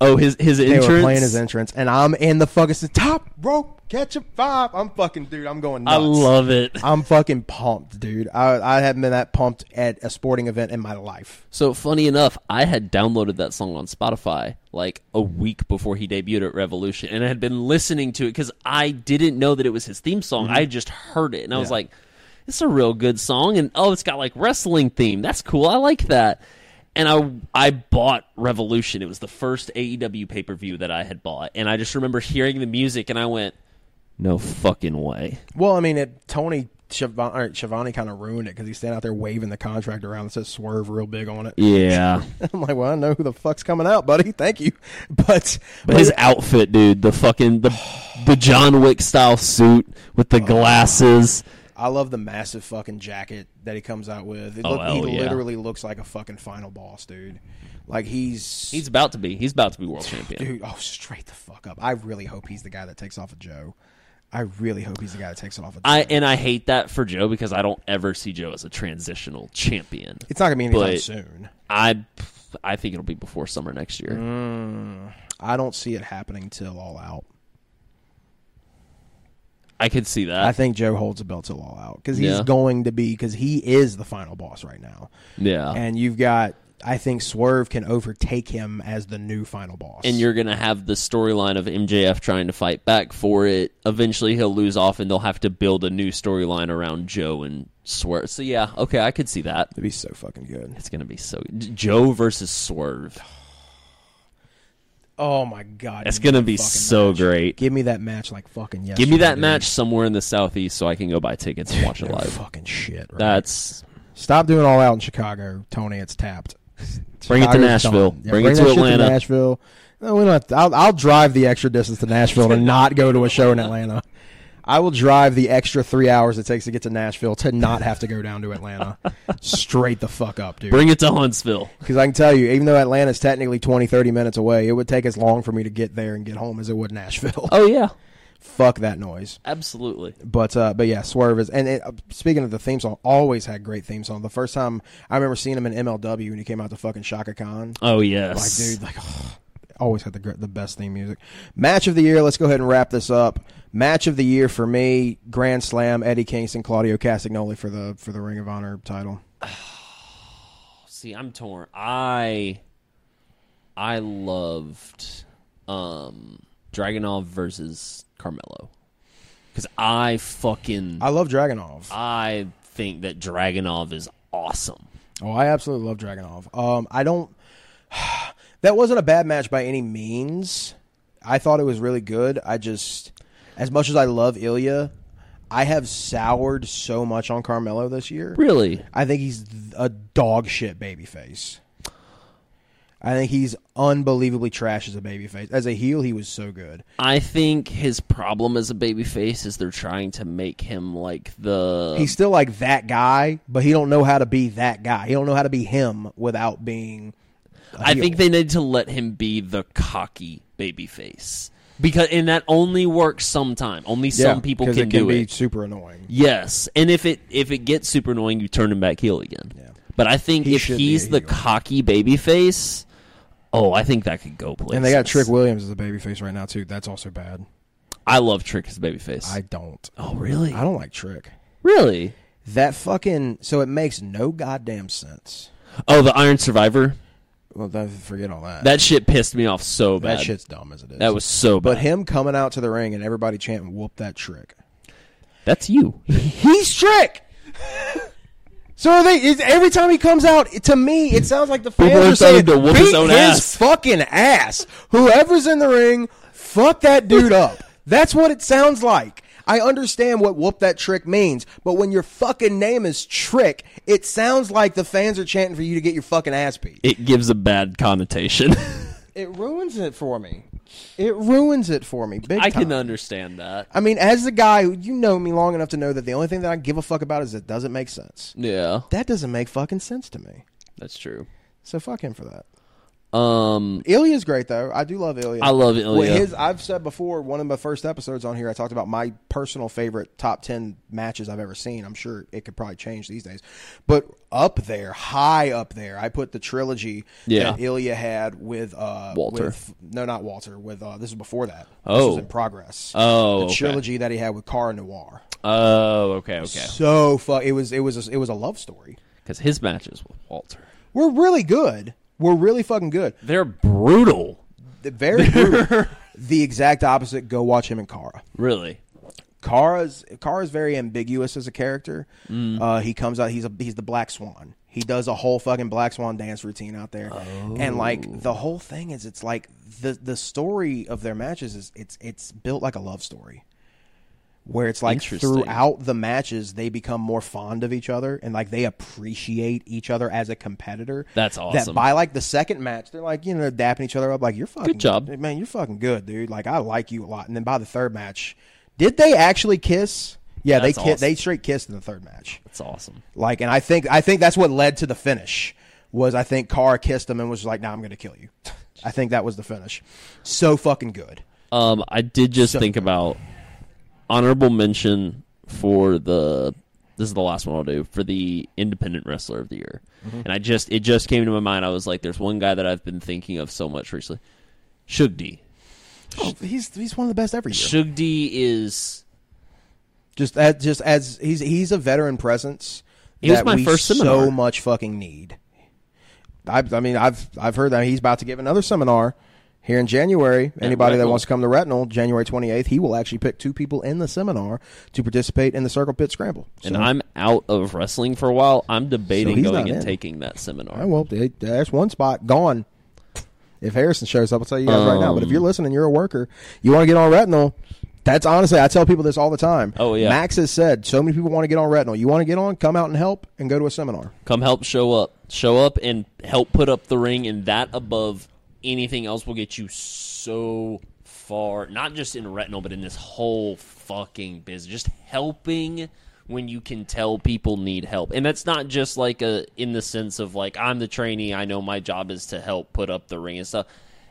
Speaker 3: Oh, his his
Speaker 1: They
Speaker 3: entrance.
Speaker 1: were playing his entrance, and I'm in the fucking it's the top rope, catch a five. I'm fucking dude. I'm going.
Speaker 3: I
Speaker 1: Nuts.
Speaker 3: love it.
Speaker 1: I'm fucking pumped, dude. I I haven't been that pumped at a sporting event in my life.
Speaker 3: So funny enough, I had downloaded that song on Spotify like a week before he debuted at Revolution, and I had been listening to it because I didn't know that it was his theme song. I just heard it, and I was
Speaker 1: Mm-hmm. Yeah.
Speaker 3: like, "It's a real good song." And oh, it's got like wrestling theme. That's cool. I like that. And I I bought Revolution. It was the first AEW pay per view that I had bought, and I just remember hearing the music, and I went, "No fucking way."
Speaker 1: Well, I mean, it, Tony Schiavone, or Schiavone kind of ruined it because he's standing out there waving the contract around that says "Swerve" real big on it.
Speaker 3: Yeah.
Speaker 1: I'm like, well, I know who the fuck's coming out, buddy. Thank you, but
Speaker 3: But his outfit, dude, the fucking the the John Wick style suit with the glasses.
Speaker 1: I love the massive fucking jacket that he comes out with. It
Speaker 3: Oh,
Speaker 1: look,
Speaker 3: hell
Speaker 1: he
Speaker 3: yeah.
Speaker 1: literally looks like a fucking final boss, dude. Like he's
Speaker 3: He's about to be. He's about to be world champion.
Speaker 1: Dude, oh, straight the fuck up. I really hope he's the guy that takes off of Joe. I really hope he's the guy that takes it off of Joe.
Speaker 3: I and I hate that for Joe because I don't ever see Joe as a transitional champion.
Speaker 1: it's not going to be anytime
Speaker 3: but-
Speaker 1: soon.
Speaker 3: I I think it'll be before summer next year.
Speaker 1: Mm. I don't see it happening till All Out.
Speaker 3: I could see that.
Speaker 1: I think Joe holds the belt till All Out because he's
Speaker 3: Yeah.
Speaker 1: going to be, because he is the final boss right now.
Speaker 3: yeah. And,
Speaker 1: And you've got, I think Swerve can overtake him as the new final boss.
Speaker 3: you're gonna have the storyline of MJF trying to fight back for it. Eventually he'll lose off and they'll have to build a new storyline around Joe and Swerve. So yeah, okay, I could see that.
Speaker 1: It'd be so fucking good.
Speaker 3: It's gonna be so Joe versus Swerve.
Speaker 1: Oh my God.
Speaker 3: It's
Speaker 1: give me
Speaker 3: gonna
Speaker 1: that
Speaker 3: be
Speaker 1: fucking
Speaker 3: so
Speaker 1: match.
Speaker 3: great.
Speaker 1: Give me that match like fucking yesterday.
Speaker 3: Give me that
Speaker 1: dude.
Speaker 3: match somewhere in the southeast so I can go buy tickets and watch it
Speaker 1: They're
Speaker 3: live.
Speaker 1: Fucking shit. Right?
Speaker 3: That's
Speaker 1: Stop doing all out in Chicago, Tony. It's tapped.
Speaker 3: Bring it to
Speaker 1: Chicago's
Speaker 3: Nashville.
Speaker 1: done. Yeah,
Speaker 3: Bring it to
Speaker 1: that shit
Speaker 3: Atlanta.
Speaker 1: Nashville. No, we don't have to- I'll, I'll drive the extra distance to Nashville to not go to a show in Atlanta. I will drive the extra three hours it takes to get to Nashville to not have to go down to Atlanta. Straight the fuck up, dude.
Speaker 3: bring it to Huntsville.
Speaker 1: Because I can tell you, even though Atlanta's technically 20, 30 minutes away, it would take as long for me to get there and get home as it would Nashville.
Speaker 3: Oh yeah.
Speaker 1: Fuck that noise.
Speaker 3: Absolutely.
Speaker 1: But uh, but yeah, Swerve is. And it, uh, speaking of the theme song, always had great theme song. The first time I remember seeing him in MLW when he came out to fucking Shaka Khan.
Speaker 3: Oh
Speaker 1: Like
Speaker 3: yes.
Speaker 1: dude, like always had the gr- the best theme music. Match of the year. Let's go ahead and wrap this up. Match of the year for me: Grand Slam, Eddie Kingston, Claudio Castagnoli for the for the Ring of Honor title.
Speaker 3: See, I'm torn. I I loved um Dragonov versus Carmelo. Cuz I fucking
Speaker 1: I love Dragonov.
Speaker 3: I think that Dragonov is awesome.
Speaker 1: Oh, I absolutely love Dragonov. Um, I don't. that wasn't a bad match by any means. I thought it was really good. I just, as much as I love Ilya, I have soured so much on Carmelo this year.
Speaker 3: Really?
Speaker 1: I think he's th- a dog shit babyface. I think he's unbelievably trash as a babyface. As a heel, he was so good.
Speaker 3: I think his problem as a babyface is they're trying to make him like the
Speaker 1: He's still like that guy, but he don't know how to be that guy. He don't know how to be him without being.
Speaker 3: I think they need to let him be the cocky babyface. Because and that only works sometime. Only some people
Speaker 1: 'cause
Speaker 3: can,
Speaker 1: it
Speaker 3: do
Speaker 1: be
Speaker 3: it.
Speaker 1: Super annoying.
Speaker 3: Yes, and if it if it gets super annoying, you turn him back heel again.
Speaker 1: Yeah.
Speaker 3: But I think
Speaker 1: He
Speaker 3: if
Speaker 1: should be
Speaker 3: he's
Speaker 1: a
Speaker 3: the
Speaker 1: heel.
Speaker 3: cocky baby face, oh, I think that could go places.
Speaker 1: And they got Trick Williams as a babyface right now too. That's also bad.
Speaker 3: I love Trick as a baby face.
Speaker 1: I don't.
Speaker 3: oh, really?
Speaker 1: I don't like Trick.
Speaker 3: really?
Speaker 1: That fucking so it makes no goddamn sense.
Speaker 3: Oh, the Iron Survivor.
Speaker 1: Well, don't forget all that.
Speaker 3: That shit pissed me off so bad.
Speaker 1: that shit's dumb as it is.
Speaker 3: That was so bad.
Speaker 1: But him coming out to the ring and everybody chanting "Whoop that trick."
Speaker 3: That's you.
Speaker 1: He's trick. so are they is, every time he comes out to me, it sounds like the
Speaker 3: are
Speaker 1: fans are saying,
Speaker 3: starting to whoop
Speaker 1: "Beat
Speaker 3: his own
Speaker 1: his
Speaker 3: ass."
Speaker 1: fucking ass." Whoever's in the ring, fuck that dude up. That's what it sounds like. I understand what whoop that trick means, but when your fucking name is trick, it sounds like the fans are chanting for you to get your fucking ass beat.
Speaker 3: it gives a bad connotation.
Speaker 1: It ruins it for me. It ruins it for me. Big
Speaker 3: I
Speaker 1: time.
Speaker 3: can understand that.
Speaker 1: I mean, as the guy who you know me long enough to know that the only thing that I give a fuck about is it doesn't make sense.
Speaker 3: Yeah,
Speaker 1: That doesn't make fucking sense to me.
Speaker 3: that's true.
Speaker 1: So fuck him for that.
Speaker 3: Um,
Speaker 1: Ilya's great though. I do love Ilya.
Speaker 3: I love Ilya.
Speaker 1: Well, his I've said before one of my first episodes on here. I talked about my personal favorite top ten matches I've ever seen. I'm sure it could probably change these days, but up there, high up there, I put the trilogy
Speaker 3: Yeah.
Speaker 1: that Ilya had with uh,
Speaker 3: Walter.
Speaker 1: with- no, not Walter. With uh, this is before that.
Speaker 3: Oh.
Speaker 1: this was in progress.
Speaker 3: Oh,
Speaker 1: the
Speaker 3: okay.
Speaker 1: trilogy that he had with Cara Noir.
Speaker 3: oh, okay, okay.
Speaker 1: So fuck. It was it was a, it was a love story.
Speaker 3: Because his matches with Walter,
Speaker 1: We're really good. We're really fucking good.
Speaker 3: they're brutal.
Speaker 1: The very brutal. the exact opposite. Go watch him and Kara.
Speaker 3: Really?
Speaker 1: Kara's Kara's very ambiguous as a character.
Speaker 3: Mm.
Speaker 1: Uh, he comes out. He's a he's the Black Swan. He does a whole fucking Black Swan dance routine out there, and
Speaker 3: Oh.
Speaker 1: like the whole thing is, it's like the the story of their matches is it's it's built like a love story, where it's like
Speaker 3: Interesting.
Speaker 1: throughout the matches they become more fond of each other and like they appreciate each other as a competitor.
Speaker 3: That's
Speaker 1: That
Speaker 3: awesome.
Speaker 1: by like the second match, they're like you know dapping each other up like you're fucking
Speaker 3: Good job.
Speaker 1: man, you're fucking good, dude. Like I like you a lot. And then by the third match, did they actually kiss? Yeah,
Speaker 3: That's
Speaker 1: they ki-
Speaker 3: awesome.
Speaker 1: they straight kissed in the third match.
Speaker 3: That's awesome.
Speaker 1: Like, and I think I think that's what led to the finish. Was I think Carr kissed him and was like, "Nah, I'm gonna kill you." I think that was the finish. So fucking good.
Speaker 3: Um, I did just think about honorable mention for the. This is the last one I'll do for the independent wrestler of the year, and I just it just came to my mind. I was like, "There's one guy that I've been thinking of so much recently, Shugdi.
Speaker 1: Oh, he's he's one of the best every year.
Speaker 3: Shugdi is
Speaker 1: Just as just as he's he's a veteran presence
Speaker 3: He was
Speaker 1: that
Speaker 3: my
Speaker 1: we
Speaker 3: first
Speaker 1: so
Speaker 3: seminar.
Speaker 1: much fucking need. I, I mean, I've I've heard that he's about to give another seminar here in January. Anybody that
Speaker 3: Retinal.
Speaker 1: wants to come to Retinal, January twenty eighth, he will actually pick two people in the seminar to participate in the Circle Pit Scramble. So,
Speaker 3: and I'm out of wrestling for a while. I'm debating
Speaker 1: he's
Speaker 3: going
Speaker 1: not
Speaker 3: and
Speaker 1: in.
Speaker 3: taking that seminar.
Speaker 1: well, it- that's one spot gone. If Harrison shows up, I'll tell you guys right now. But if
Speaker 3: Um.
Speaker 1: you're listening, you're a worker, you want to get on Retinal. That's honestly, I tell people this all the time.
Speaker 3: Oh, yeah.
Speaker 1: Max has said so many people want to get on Retinal. You want to get on, come out and help, and go to a seminar.
Speaker 3: Come help show up. Show up and help put up the ring, and that above anything else will get you so far, not just in retinal, but in this whole fucking business. Just helping when you can tell people need help. And that's not just like a in the sense of like I'm the trainee, I know my job is to help put up the ring and stuff.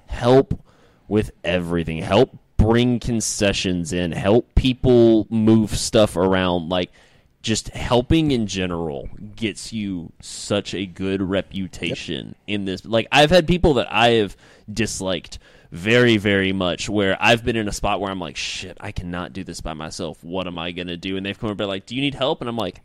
Speaker 3: Help with everything. Help bring concessions in, help people move stuff around, like just helping in general gets you such a good reputation in this. Like I've had people that I have disliked very very much where I've been in a spot where I'm like shit, I cannot do this by myself. What am I going to do? And they've come over like, "Do you need help?" and I'm like,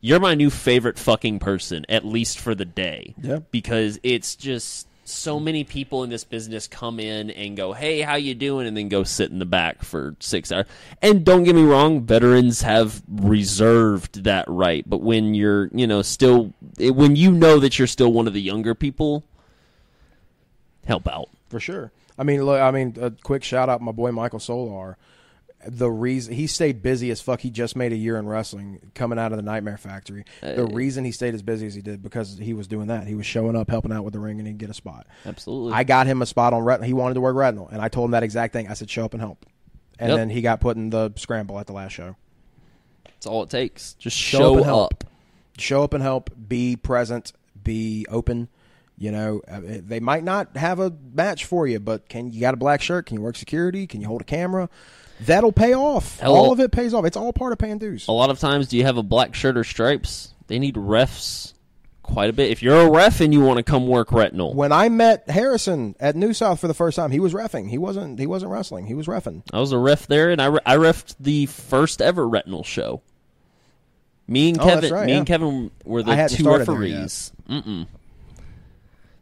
Speaker 3: you're my new favorite fucking person, at least for the day.
Speaker 1: Yeah.
Speaker 3: Because it's just so many people in this business come in and go, "Hey, how you doing?" and then go sit in the back for six hours. And don't get me wrong, veterans have reserved that right, but when you're, you know, still when you know that you're still one of the younger people, help out.
Speaker 1: for sure. I mean, look, I mean, a quick shout out, my boy Michael Solar. The reason he stayed busy as fuck, he just made a year in wrestling coming out of the Nightmare Factory.
Speaker 3: Uh,
Speaker 1: the reason he stayed as busy as he did because he was doing that. He was showing up, helping out with the ring, and he'd get a spot.
Speaker 3: Absolutely.
Speaker 1: I got him a spot on Retinal. He wanted to work Retinal, and I told him that exact thing. I said, show up and help. And
Speaker 3: Yep.
Speaker 1: then he got put in the scramble at the last show.
Speaker 3: That's all it takes. Just
Speaker 1: Show up
Speaker 3: show,
Speaker 1: and
Speaker 3: up.
Speaker 1: help. show up and help be present be open you know uh, they might not have a match for you but can you got a black shirt can you work security can you hold a camera that'll pay off
Speaker 3: Hell-
Speaker 1: all of it pays off it's all part of paying dues
Speaker 3: a lot of times do you have a black shirt or stripes they need refs quite a bit if you're a ref and you want to come work retinal
Speaker 1: when i met harrison at new south for the first time he was refing he wasn't he wasn't wrestling he was refing
Speaker 3: i was a ref there and i, re- I refed the first ever retinal show me and
Speaker 1: Oh, that's
Speaker 3: kevin
Speaker 1: right,
Speaker 3: me
Speaker 1: yeah.
Speaker 3: and kevin were
Speaker 1: I
Speaker 3: the
Speaker 1: hadn't
Speaker 3: two
Speaker 1: started there
Speaker 3: referees Mm-mm.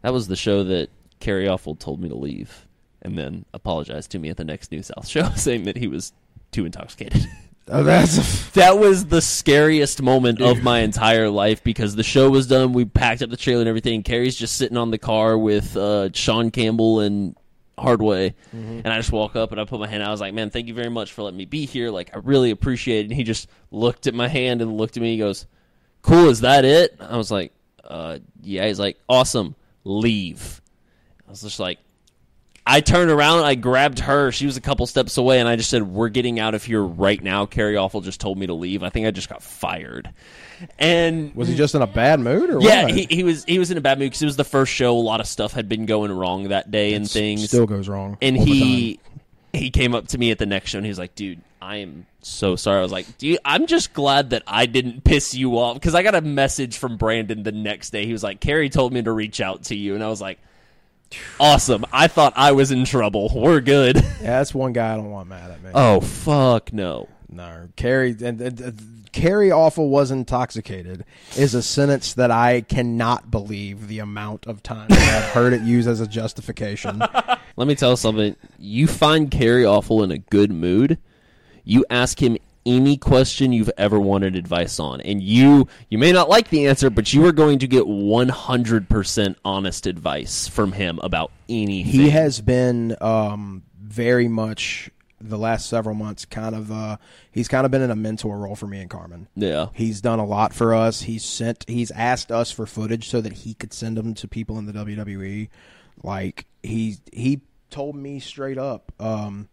Speaker 3: that was the show that kerry offal told me to leave and then apologized to me at the next new south show saying that he was too intoxicated
Speaker 1: oh, that's
Speaker 3: that was the scariest moment of my entire life because the show was done. We packed up the trailer and everything. Carrie's just sitting on the car with uh, Sean Campbell and Hardway, and I just walk up and I put my hand. out. I was like, "Man, thank you very much for letting me be here. Like, I really appreciate it." And he just looked at my hand and looked at me. He goes, "Cool, is that it?" I was like, "Uh, yeah." He's like, "Awesome, leave." I was just like, I turned around, I grabbed her. She was a couple steps away, and I just said, "We're getting out of here right now." Carrie Awful just told me to leave. I think I just got fired, and
Speaker 1: was he just in a bad mood or
Speaker 3: yeah,
Speaker 1: what?
Speaker 3: he, he was he was in a bad mood because it was the first show. A lot of stuff had been going wrong that day, and things
Speaker 1: still goes wrong
Speaker 3: and
Speaker 1: all the time.
Speaker 3: he he came up to me at the next show and he was like, "Dude, I am so sorry." I was like, "Dude, I'm just glad that I didn't piss you off." Because I got a message from Brandon the next day. He was like, "Carrie told me to reach out to you," and I was like, "Awesome! I thought I was in trouble. We're good."
Speaker 1: yeah, that's one guy i don't want mad at me
Speaker 3: oh fuck no!
Speaker 1: No, uh, Carrie and, and, and Carrie Awful was intoxicated is a sentence that I cannot believe the amount of times that I've heard it used as a justification.
Speaker 3: Let me tell you something. You find Carrie Awful in a good mood, you ask him any question you've ever wanted advice on, and you you may not like the answer, but you are going to get one hundred percent honest advice from him about anything.
Speaker 1: he has been um, very much the last several months kind of uh, he's kind of been in a mentor role for me and Carmen.
Speaker 3: yeah.
Speaker 1: He's done a lot for us. He's sent he's asked us for footage so that he could send them to people in the WWE. Like he he told me straight up um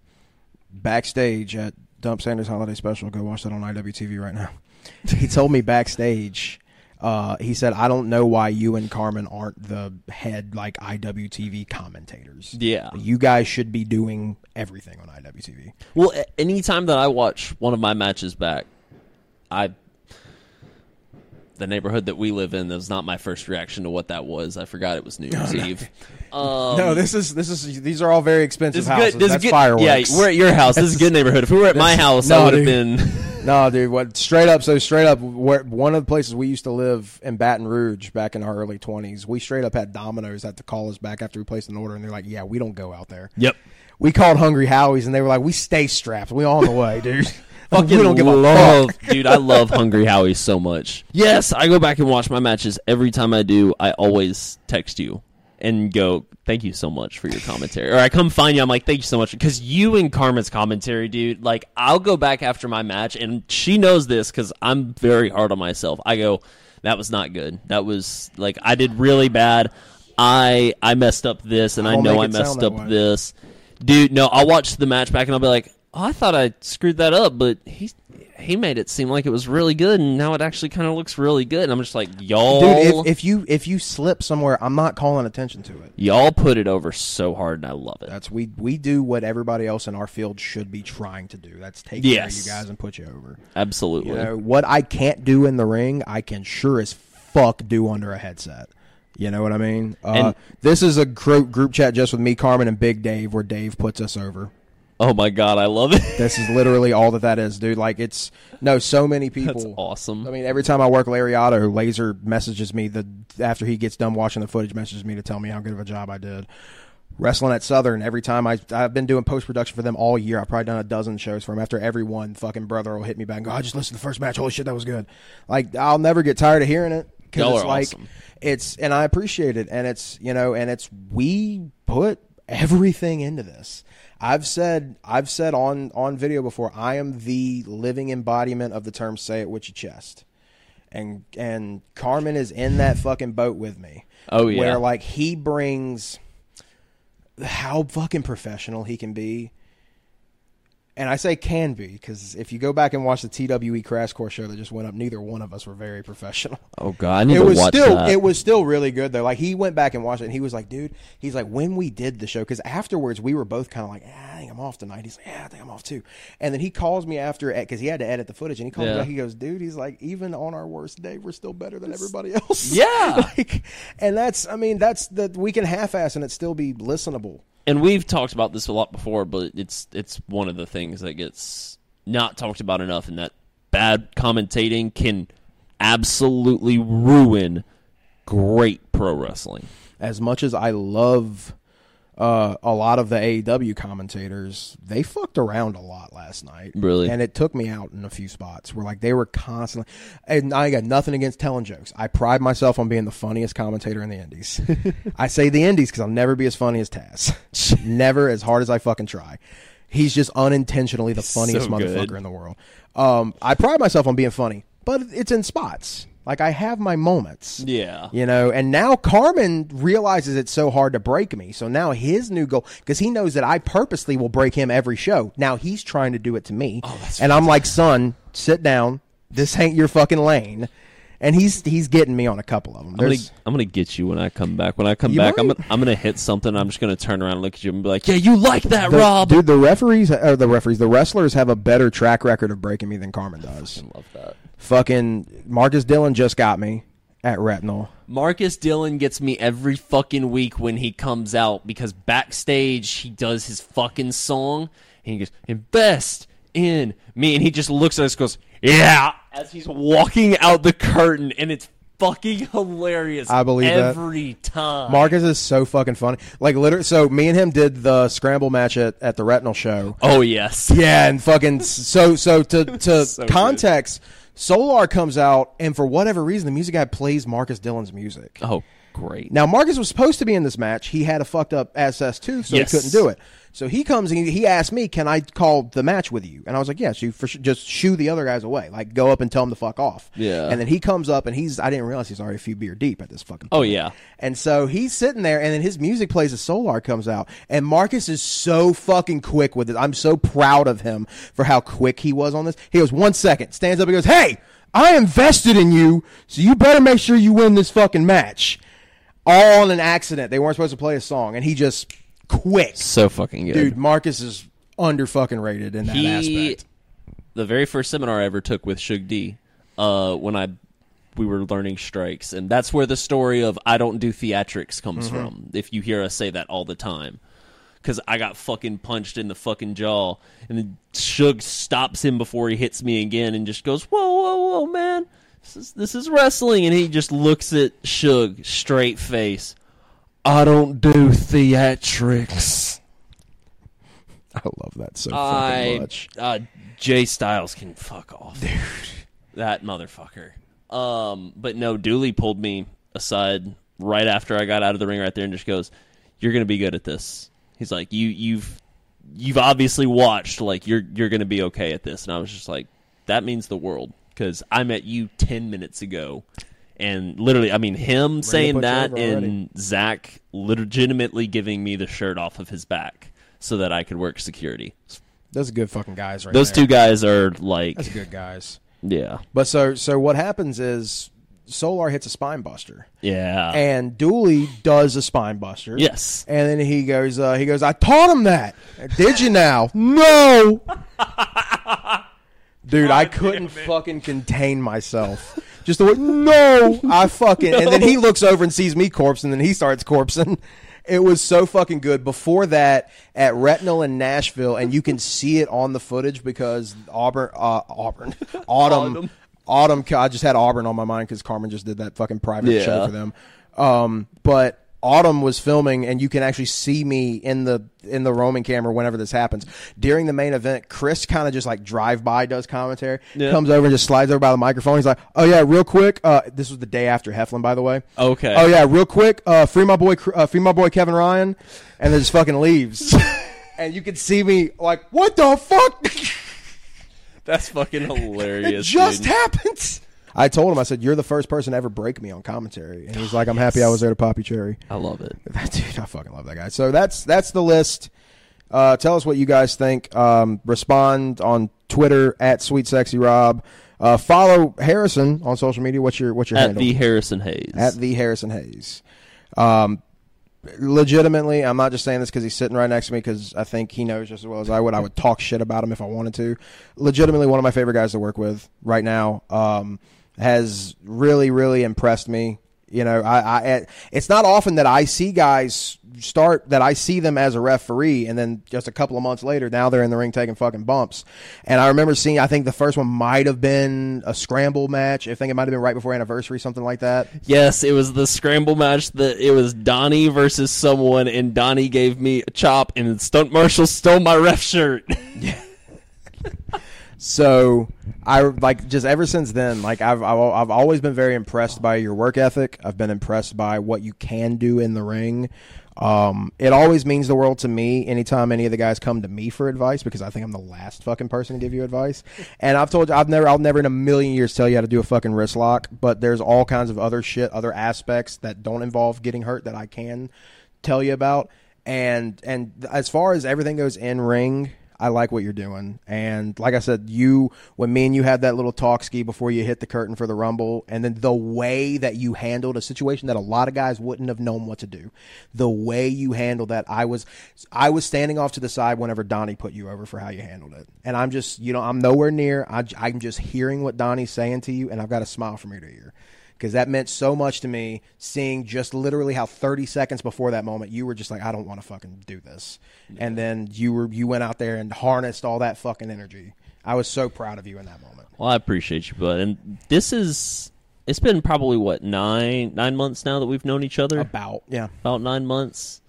Speaker 1: backstage at Dump Sanders Holiday Special. Go watch that on IWTV right now. He told me backstage uh, he said, "I don't know why you and Carmen aren't the head like IWTV commentators.
Speaker 3: Yeah.
Speaker 1: you guys should be doing everything on IWTV.
Speaker 3: Well, a- anytime that I watch one of my matches back, I the neighborhood that we live in that was not my first reaction to what that was. I forgot it was New Year's Eve. Um,
Speaker 1: no, this is this is these are all very expensive
Speaker 3: this is
Speaker 1: houses.
Speaker 3: good. This
Speaker 1: That's
Speaker 3: is good.
Speaker 1: fireworks.
Speaker 3: Yeah, we're at your house. This is a good neighborhood. If we were at my house,
Speaker 1: no,
Speaker 3: I would have
Speaker 1: dude.
Speaker 3: been.
Speaker 1: No, dude. What straight up? So straight up, where, one of the places we used to live in Baton Rouge back in our early twenties, we straight up had Domino's had to call us back after we placed an order, and they're like, "Yeah, we don't go out there."
Speaker 3: Yep.
Speaker 1: We called Hungry Howie's, and they were like, "We stay strapped. We on the way, dude. we
Speaker 3: Fucking
Speaker 1: don't give a fuck."
Speaker 3: love, dude. I love Hungry Howie so much. Yes, I go back and watch my matches every time I do. I always text you and go, "Thank you so much for your commentary." Or I come find you. I'm like, "Thank you so much," because you and Carmen's commentary, dude. Like, I'll go back after my match, and she knows this because I'm very hard on myself. I go, "That was not good. That was like I did really bad. I I messed up this, and I
Speaker 1: I'll
Speaker 3: know
Speaker 1: make
Speaker 3: I
Speaker 1: it sound
Speaker 3: messed
Speaker 1: that
Speaker 3: up
Speaker 1: way."
Speaker 3: this." this. Dude, no, I'll watch the match back and I'll be like, oh, I thought I screwed that up, but he he made it seem like it was really good, and now it actually kind of looks really good. And I'm just like, y'all,
Speaker 1: Dude, if, if you if you slip somewhere, I'm not calling attention to it.
Speaker 3: y'all put it over so hard, and I love it.
Speaker 1: That's we we do what everybody else in our field should be trying to do. That's take
Speaker 3: Yes.
Speaker 1: care of you guys and put you over.
Speaker 3: Absolutely.
Speaker 1: You know, what I can't do in the ring, I can sure as fuck do under a headset. You know what I mean? Uh,
Speaker 3: And-
Speaker 1: this is a group group chat just with me, Carmen, and Big Dave, where Dave puts us over.
Speaker 3: Oh my god, I love it.
Speaker 1: This is literally all that that is, dude. Like it's no, so many people.
Speaker 3: That's awesome.
Speaker 1: I mean, every time I work Lariato, who Laser messages me the after he gets done watching the footage, messages me to tell me how good of a job I did. Wrestling at Southern, every time I, I've been doing post production for them all year. I've probably done a dozen shows for them. After every one, fucking brother will hit me back and go, I just listened to the first match. Holy shit, that was good. Like, I'll never get tired of hearing it.
Speaker 3: Y'all
Speaker 1: Cause it's
Speaker 3: are
Speaker 1: like,
Speaker 3: awesome.
Speaker 1: it's, and I appreciate it. And it's, you know, and it's, we put everything into this. I've said, I've said on, on video before, I am the living embodiment of the term say it with your chest and and Carmen is in that fucking boat with me.
Speaker 3: Oh, yeah.
Speaker 1: where like he brings how fucking professional he can be, and I say can be because if you go back and watch the TWE Crash Course show that just went up, neither one of us were very professional.
Speaker 3: Oh god, I need
Speaker 1: It
Speaker 3: to
Speaker 1: was
Speaker 3: watch
Speaker 1: still
Speaker 3: that.
Speaker 1: it was still really good though. Like he went back and watched it, and he was like, "Dude," he's like, "When we did the show, because afterwards we were both kind of like, ah, I think I'm off tonight." He's like, "Yeah, I think I'm off too." And then he calls me after because he had to edit the footage, and he calls
Speaker 3: Yeah.
Speaker 1: me back. He goes, "Dude," he's like, "Even on our worst day, we're still better than everybody else."
Speaker 3: Yeah.
Speaker 1: like, and that's I mean that's the we can half-ass and it still be listenable.
Speaker 3: and we've talked about this a lot before, but it's it's one of the things that gets not talked about enough, and that bad commentating can absolutely ruin great pro wrestling.
Speaker 1: As much as I love. Uh, a lot of the AEW commentators they fucked around a lot last night,
Speaker 3: Really?
Speaker 1: and it took me out in a few spots where like they were constantly. And I got nothing against telling jokes. I pride myself on being the funniest commentator in the Indies. I say the Indies because I'll never be as funny as Taz. never as hard as I fucking try. He's just unintentionally the funniest
Speaker 3: so good.
Speaker 1: motherfucker in the world. Um, I pride myself on being funny, but it's in spots. Like I have my moments.
Speaker 3: Yeah.
Speaker 1: You know, and now Carmen realizes it's so hard to break me. So now his new goal, because he knows that I purposely will break him every show. Now he's trying to do it to me,
Speaker 3: Oh,
Speaker 1: and I'm like, son, sit down. This ain't your fucking lane. And he's he's getting me on a couple of them.
Speaker 3: I'm gonna,
Speaker 1: There's-
Speaker 3: I'm gonna get you when I come back. When I come
Speaker 1: You
Speaker 3: back, I'm
Speaker 1: might.
Speaker 3: gonna, I'm gonna hit something. I'm just gonna turn around and look at you and be like, "Yeah, you like that,
Speaker 1: the-
Speaker 3: Rob."
Speaker 1: dude, the referees, or the referees, the wrestlers have a better track record of breaking me than Carmen does.
Speaker 3: Love that.
Speaker 1: Fucking Marcus Dillon just got me at Retinal.
Speaker 3: Marcus Dillon gets me every fucking week when he comes out because backstage he does his fucking song and he goes, Invest in me. And he just looks at us and goes, Yeah, as he's walking out the curtain and it's fucking hilarious.
Speaker 1: I believe that.
Speaker 3: every time.
Speaker 1: Marcus is so fucking funny. Like literally, so me and him did the scramble match at, at the Retinal show.
Speaker 3: oh, yes.
Speaker 1: Yeah, and fucking so so to to
Speaker 3: So good.
Speaker 1: context, Solar comes out, and for whatever reason, the music guy plays Marcus Dillon's music.
Speaker 3: Oh, great.
Speaker 1: Now Marcus was supposed to be in this match. He had a fucked up SS tooth, so
Speaker 3: Yes.
Speaker 1: he couldn't do it. So he comes and he- he asked me, "Can I call the match with you?" And I was like, "Yes, you for su- just shoo the other guys away, like go up and tell them to fuck off."
Speaker 3: Yeah.
Speaker 1: And then he comes up and he's I didn't realize he's already a few beer deep at this fucking.
Speaker 3: oh, yeah.
Speaker 1: And so he's sitting there, and then his music plays as Solar comes out. And Marcus is so fucking quick with it. I'm so proud of him for how quick he was on this. He goes, one second, stands up and goes, Hey, I invested in you, so you better make sure you win this fucking match. All on an accident. They weren't supposed to play a song, and he just quick.
Speaker 3: So fucking good.
Speaker 1: Dude, Marcus is under fucking rated in that
Speaker 3: he,
Speaker 1: aspect.
Speaker 3: the very first seminar I ever took with Shug D, uh, when I we were learning strikes, and that's where the story of I don't do theatrics comes
Speaker 1: Mm-hmm.
Speaker 3: from. If you hear us say that all the time. Cause I got fucking punched in the fucking jaw, and then Shug stops him before he hits me again, and just goes, "Whoa, whoa, whoa, man, this is this is wrestling." And he just looks at Shug straight face. I don't do theatrics.
Speaker 1: I love that so fucking
Speaker 3: I
Speaker 1: much.
Speaker 3: uh, Jay Styles can fuck off, dude. That motherfucker. Um, but no, Dooley pulled me aside right after I got out of the ring, right there, and just goes, "You're gonna be good at this." He's like, "You, you've, you've obviously watched. Like, you're, you're gonna be okay at this." And I was just like, "That means the world," because I met you ten minutes ago, and literally, I mean, him saying
Speaker 1: put you
Speaker 3: that
Speaker 1: over
Speaker 3: and
Speaker 1: already.
Speaker 3: Zach legitimately giving me the shirt off of his back so that I could work security. It's
Speaker 1: Those are good fucking guys right
Speaker 3: Those
Speaker 1: there.
Speaker 3: two guys are like,
Speaker 1: That's good guys.
Speaker 3: yeah,
Speaker 1: But so so what happens is Solar hits a spine buster.
Speaker 3: yeah,
Speaker 1: And Dooley does a spine buster.
Speaker 3: Ah. yes.
Speaker 1: And then he goes, uh, he goes, I taught him that. Did you now? no. Dude, I couldn't fucking contain myself. Just the word, no, I fucking. And then he looks over and sees me corpsing, and then he starts corpsing. It was so fucking good. Before that, at Retinal in Nashville, and you can see it on the footage because Auburn, uh, Auburn, Autumn, Autumn. I just had Auburn on my mind because Carmen just did that fucking private
Speaker 3: Yeah.
Speaker 1: show for them. Um, but Autumn was filming, and you can actually see me in the in the roaming camera whenever this happens during the main event. Chris kind of just like drive by, does commentary,
Speaker 3: Yeah.
Speaker 1: comes over and just slides over by the microphone. He's like, "Oh yeah, real quick." Uh, this was the day after Heflin, by the way.
Speaker 3: Okay.
Speaker 1: Oh yeah, real quick. Uh, free my boy, Cr- uh, free my boy Kevin Ryan, and then just fucking leaves. and you can see me like, "What the fuck?"
Speaker 3: That's fucking hilarious.
Speaker 1: just
Speaker 3: dude.
Speaker 1: happens. I told him, I said, "You're the first person to ever break me on commentary," and he's like, "I'm happy I was there to pop your cherry."
Speaker 3: I love it.
Speaker 1: That dude, I fucking love that guy. So that's that's the list. Uh, tell us what you guys think. Um, respond on Twitter at Sweet Sexy Rob. Uh, follow Harrison on social media. What's your what's your
Speaker 3: At
Speaker 1: handle?
Speaker 3: the Harrison Hayes.
Speaker 1: at the Harrison Hayes. Um, legitimately, I'm not just saying this because he's sitting right next to me because I think he knows just as well as I would. I would talk shit about him if I wanted to. Legitimately, one of my favorite guys to work with right now um, has really, really impressed me. You know, I, I it's not often that I see guys start that I see them as a referee, and then just a couple of months later, now they're in the ring taking fucking bumps. And I remember seeing, I think the first one might have been a scramble match. I think it might have been right before anniversary, something like that.
Speaker 3: Yes, it was the scramble match that it was Donnie versus someone, and Donnie gave me a chop, and Stunt Marshall stole my ref shirt.
Speaker 1: So I like just ever since then, like I've, I've I've always been very impressed by your work ethic. I've been impressed by what you can do in the ring. Um, it always means the world to me anytime any of the guys come to me for advice because I think I'm the last fucking person to give you advice. And I've told you I've never I'll never in a million years tell you how to do a fucking wrist lock, but there's all kinds of other shit, other aspects that don't involve getting hurt that I can tell you about and and as far as everything goes in ring i like what you're doing and like i said you when me and you had that little talk ski before you hit the curtain for the rumble and then the way that you handled a situation that a lot of guys wouldn't have known what to do the way you handled that i was i was standing off to the side whenever donnie put you over for how you handled it and i'm just you know i'm nowhere near I, i'm just hearing what donnie's saying to you and i've got a smile from ear to ear because that meant so much to me seeing just literally how 30 seconds before that moment you were just like i don't want to fucking do this and then you were you went out there and harnessed all that fucking energy i was so proud of you in that moment
Speaker 3: Well, I appreciate you, bud. And this is it's been probably what nine nine months now that we've known each other.
Speaker 1: about yeah
Speaker 3: About nine months.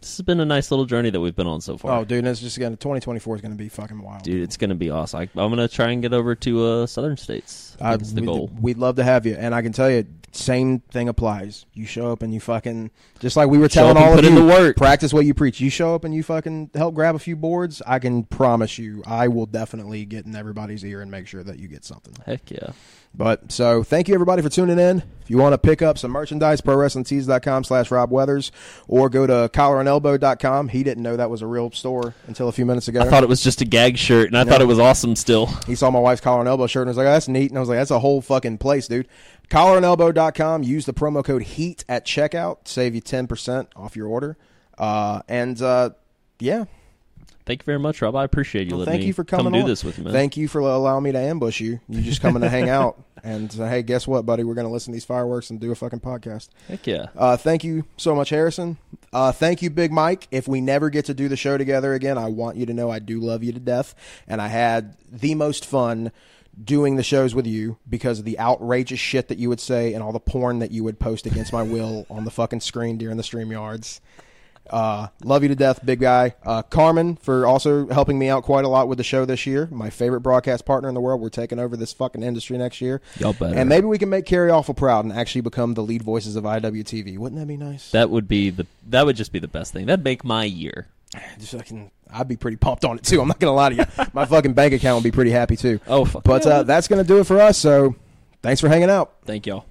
Speaker 3: This has been a nice little journey that we've been on so far.
Speaker 1: oh dude and it's just gonna 2024 is gonna be fucking wild
Speaker 3: Dude, it's gonna be awesome. I, I'm gonna try and get over to uh, Southern States.
Speaker 1: I-
Speaker 3: That's the
Speaker 1: we'd,
Speaker 3: goal.
Speaker 1: We'd love to have you, and I can tell you, same thing applies. You show up and you fucking just like we were telling
Speaker 3: up and
Speaker 1: all
Speaker 3: put
Speaker 1: of
Speaker 3: in
Speaker 1: you,
Speaker 3: the work.
Speaker 1: practice what you preach. You show up and you fucking help grab a few boards. I can promise you, I will definitely get in everybody's ear and make sure that you get something.
Speaker 3: Heck yeah!
Speaker 1: But so thank you everybody for tuning in. If you want to pick up some merchandise, prowrestlingtees.com slash Rob Weathers or go to collarandelbow.com. He didn't know that was a real store until a few minutes ago.
Speaker 3: I thought it was just a gag shirt, and I thought it was awesome. Still,
Speaker 1: he saw my wife's collar and elbow shirt and was like, oh, that's neat. And I was like, that's a whole fucking place, dude. Collarandelbow.com. Use the promo code HEAT at checkout. Save you 10% off your order. Uh, and uh, yeah,
Speaker 3: thank you very much, Rob. I appreciate you.
Speaker 1: Well,
Speaker 3: letting
Speaker 1: thank
Speaker 3: me
Speaker 1: you for coming
Speaker 3: Come do
Speaker 1: on.
Speaker 3: this with me. man.
Speaker 1: Thank you for allowing me to ambush you. You just coming to hang out. And uh, hey, guess what, buddy? We're going to listen to these fireworks and do a fucking podcast.
Speaker 3: Heck yeah!
Speaker 1: Uh, thank you so much, Harrison. Uh, thank you, Big Mike. If we never get to do the show together again, I want you to know I do love you to death, and I had the most fun doing the shows with you because of the outrageous shit that you would say and all the porn that you would post against my will on the fucking screen during the stream yards. Uh, love you to death, big guy. Uh, Carmen for also helping me out quite a lot with the show this year. My favorite broadcast partner in the world. We're taking over this fucking industry next year.
Speaker 3: Y'all better.
Speaker 1: And maybe we can make Carrie awful proud and actually become the lead voices of IWTV. Wouldn't that be nice?
Speaker 3: That would be the that would just be the best thing. That'd make my year.
Speaker 1: Just fucking- I'd be pretty pumped on it too. I'm not gonna lie to you. My fucking bank account would be pretty happy too. uh,
Speaker 3: Oh, fuck.
Speaker 1: but uh, that's gonna do it for us. So thanks for hanging out.
Speaker 3: Thank y'all.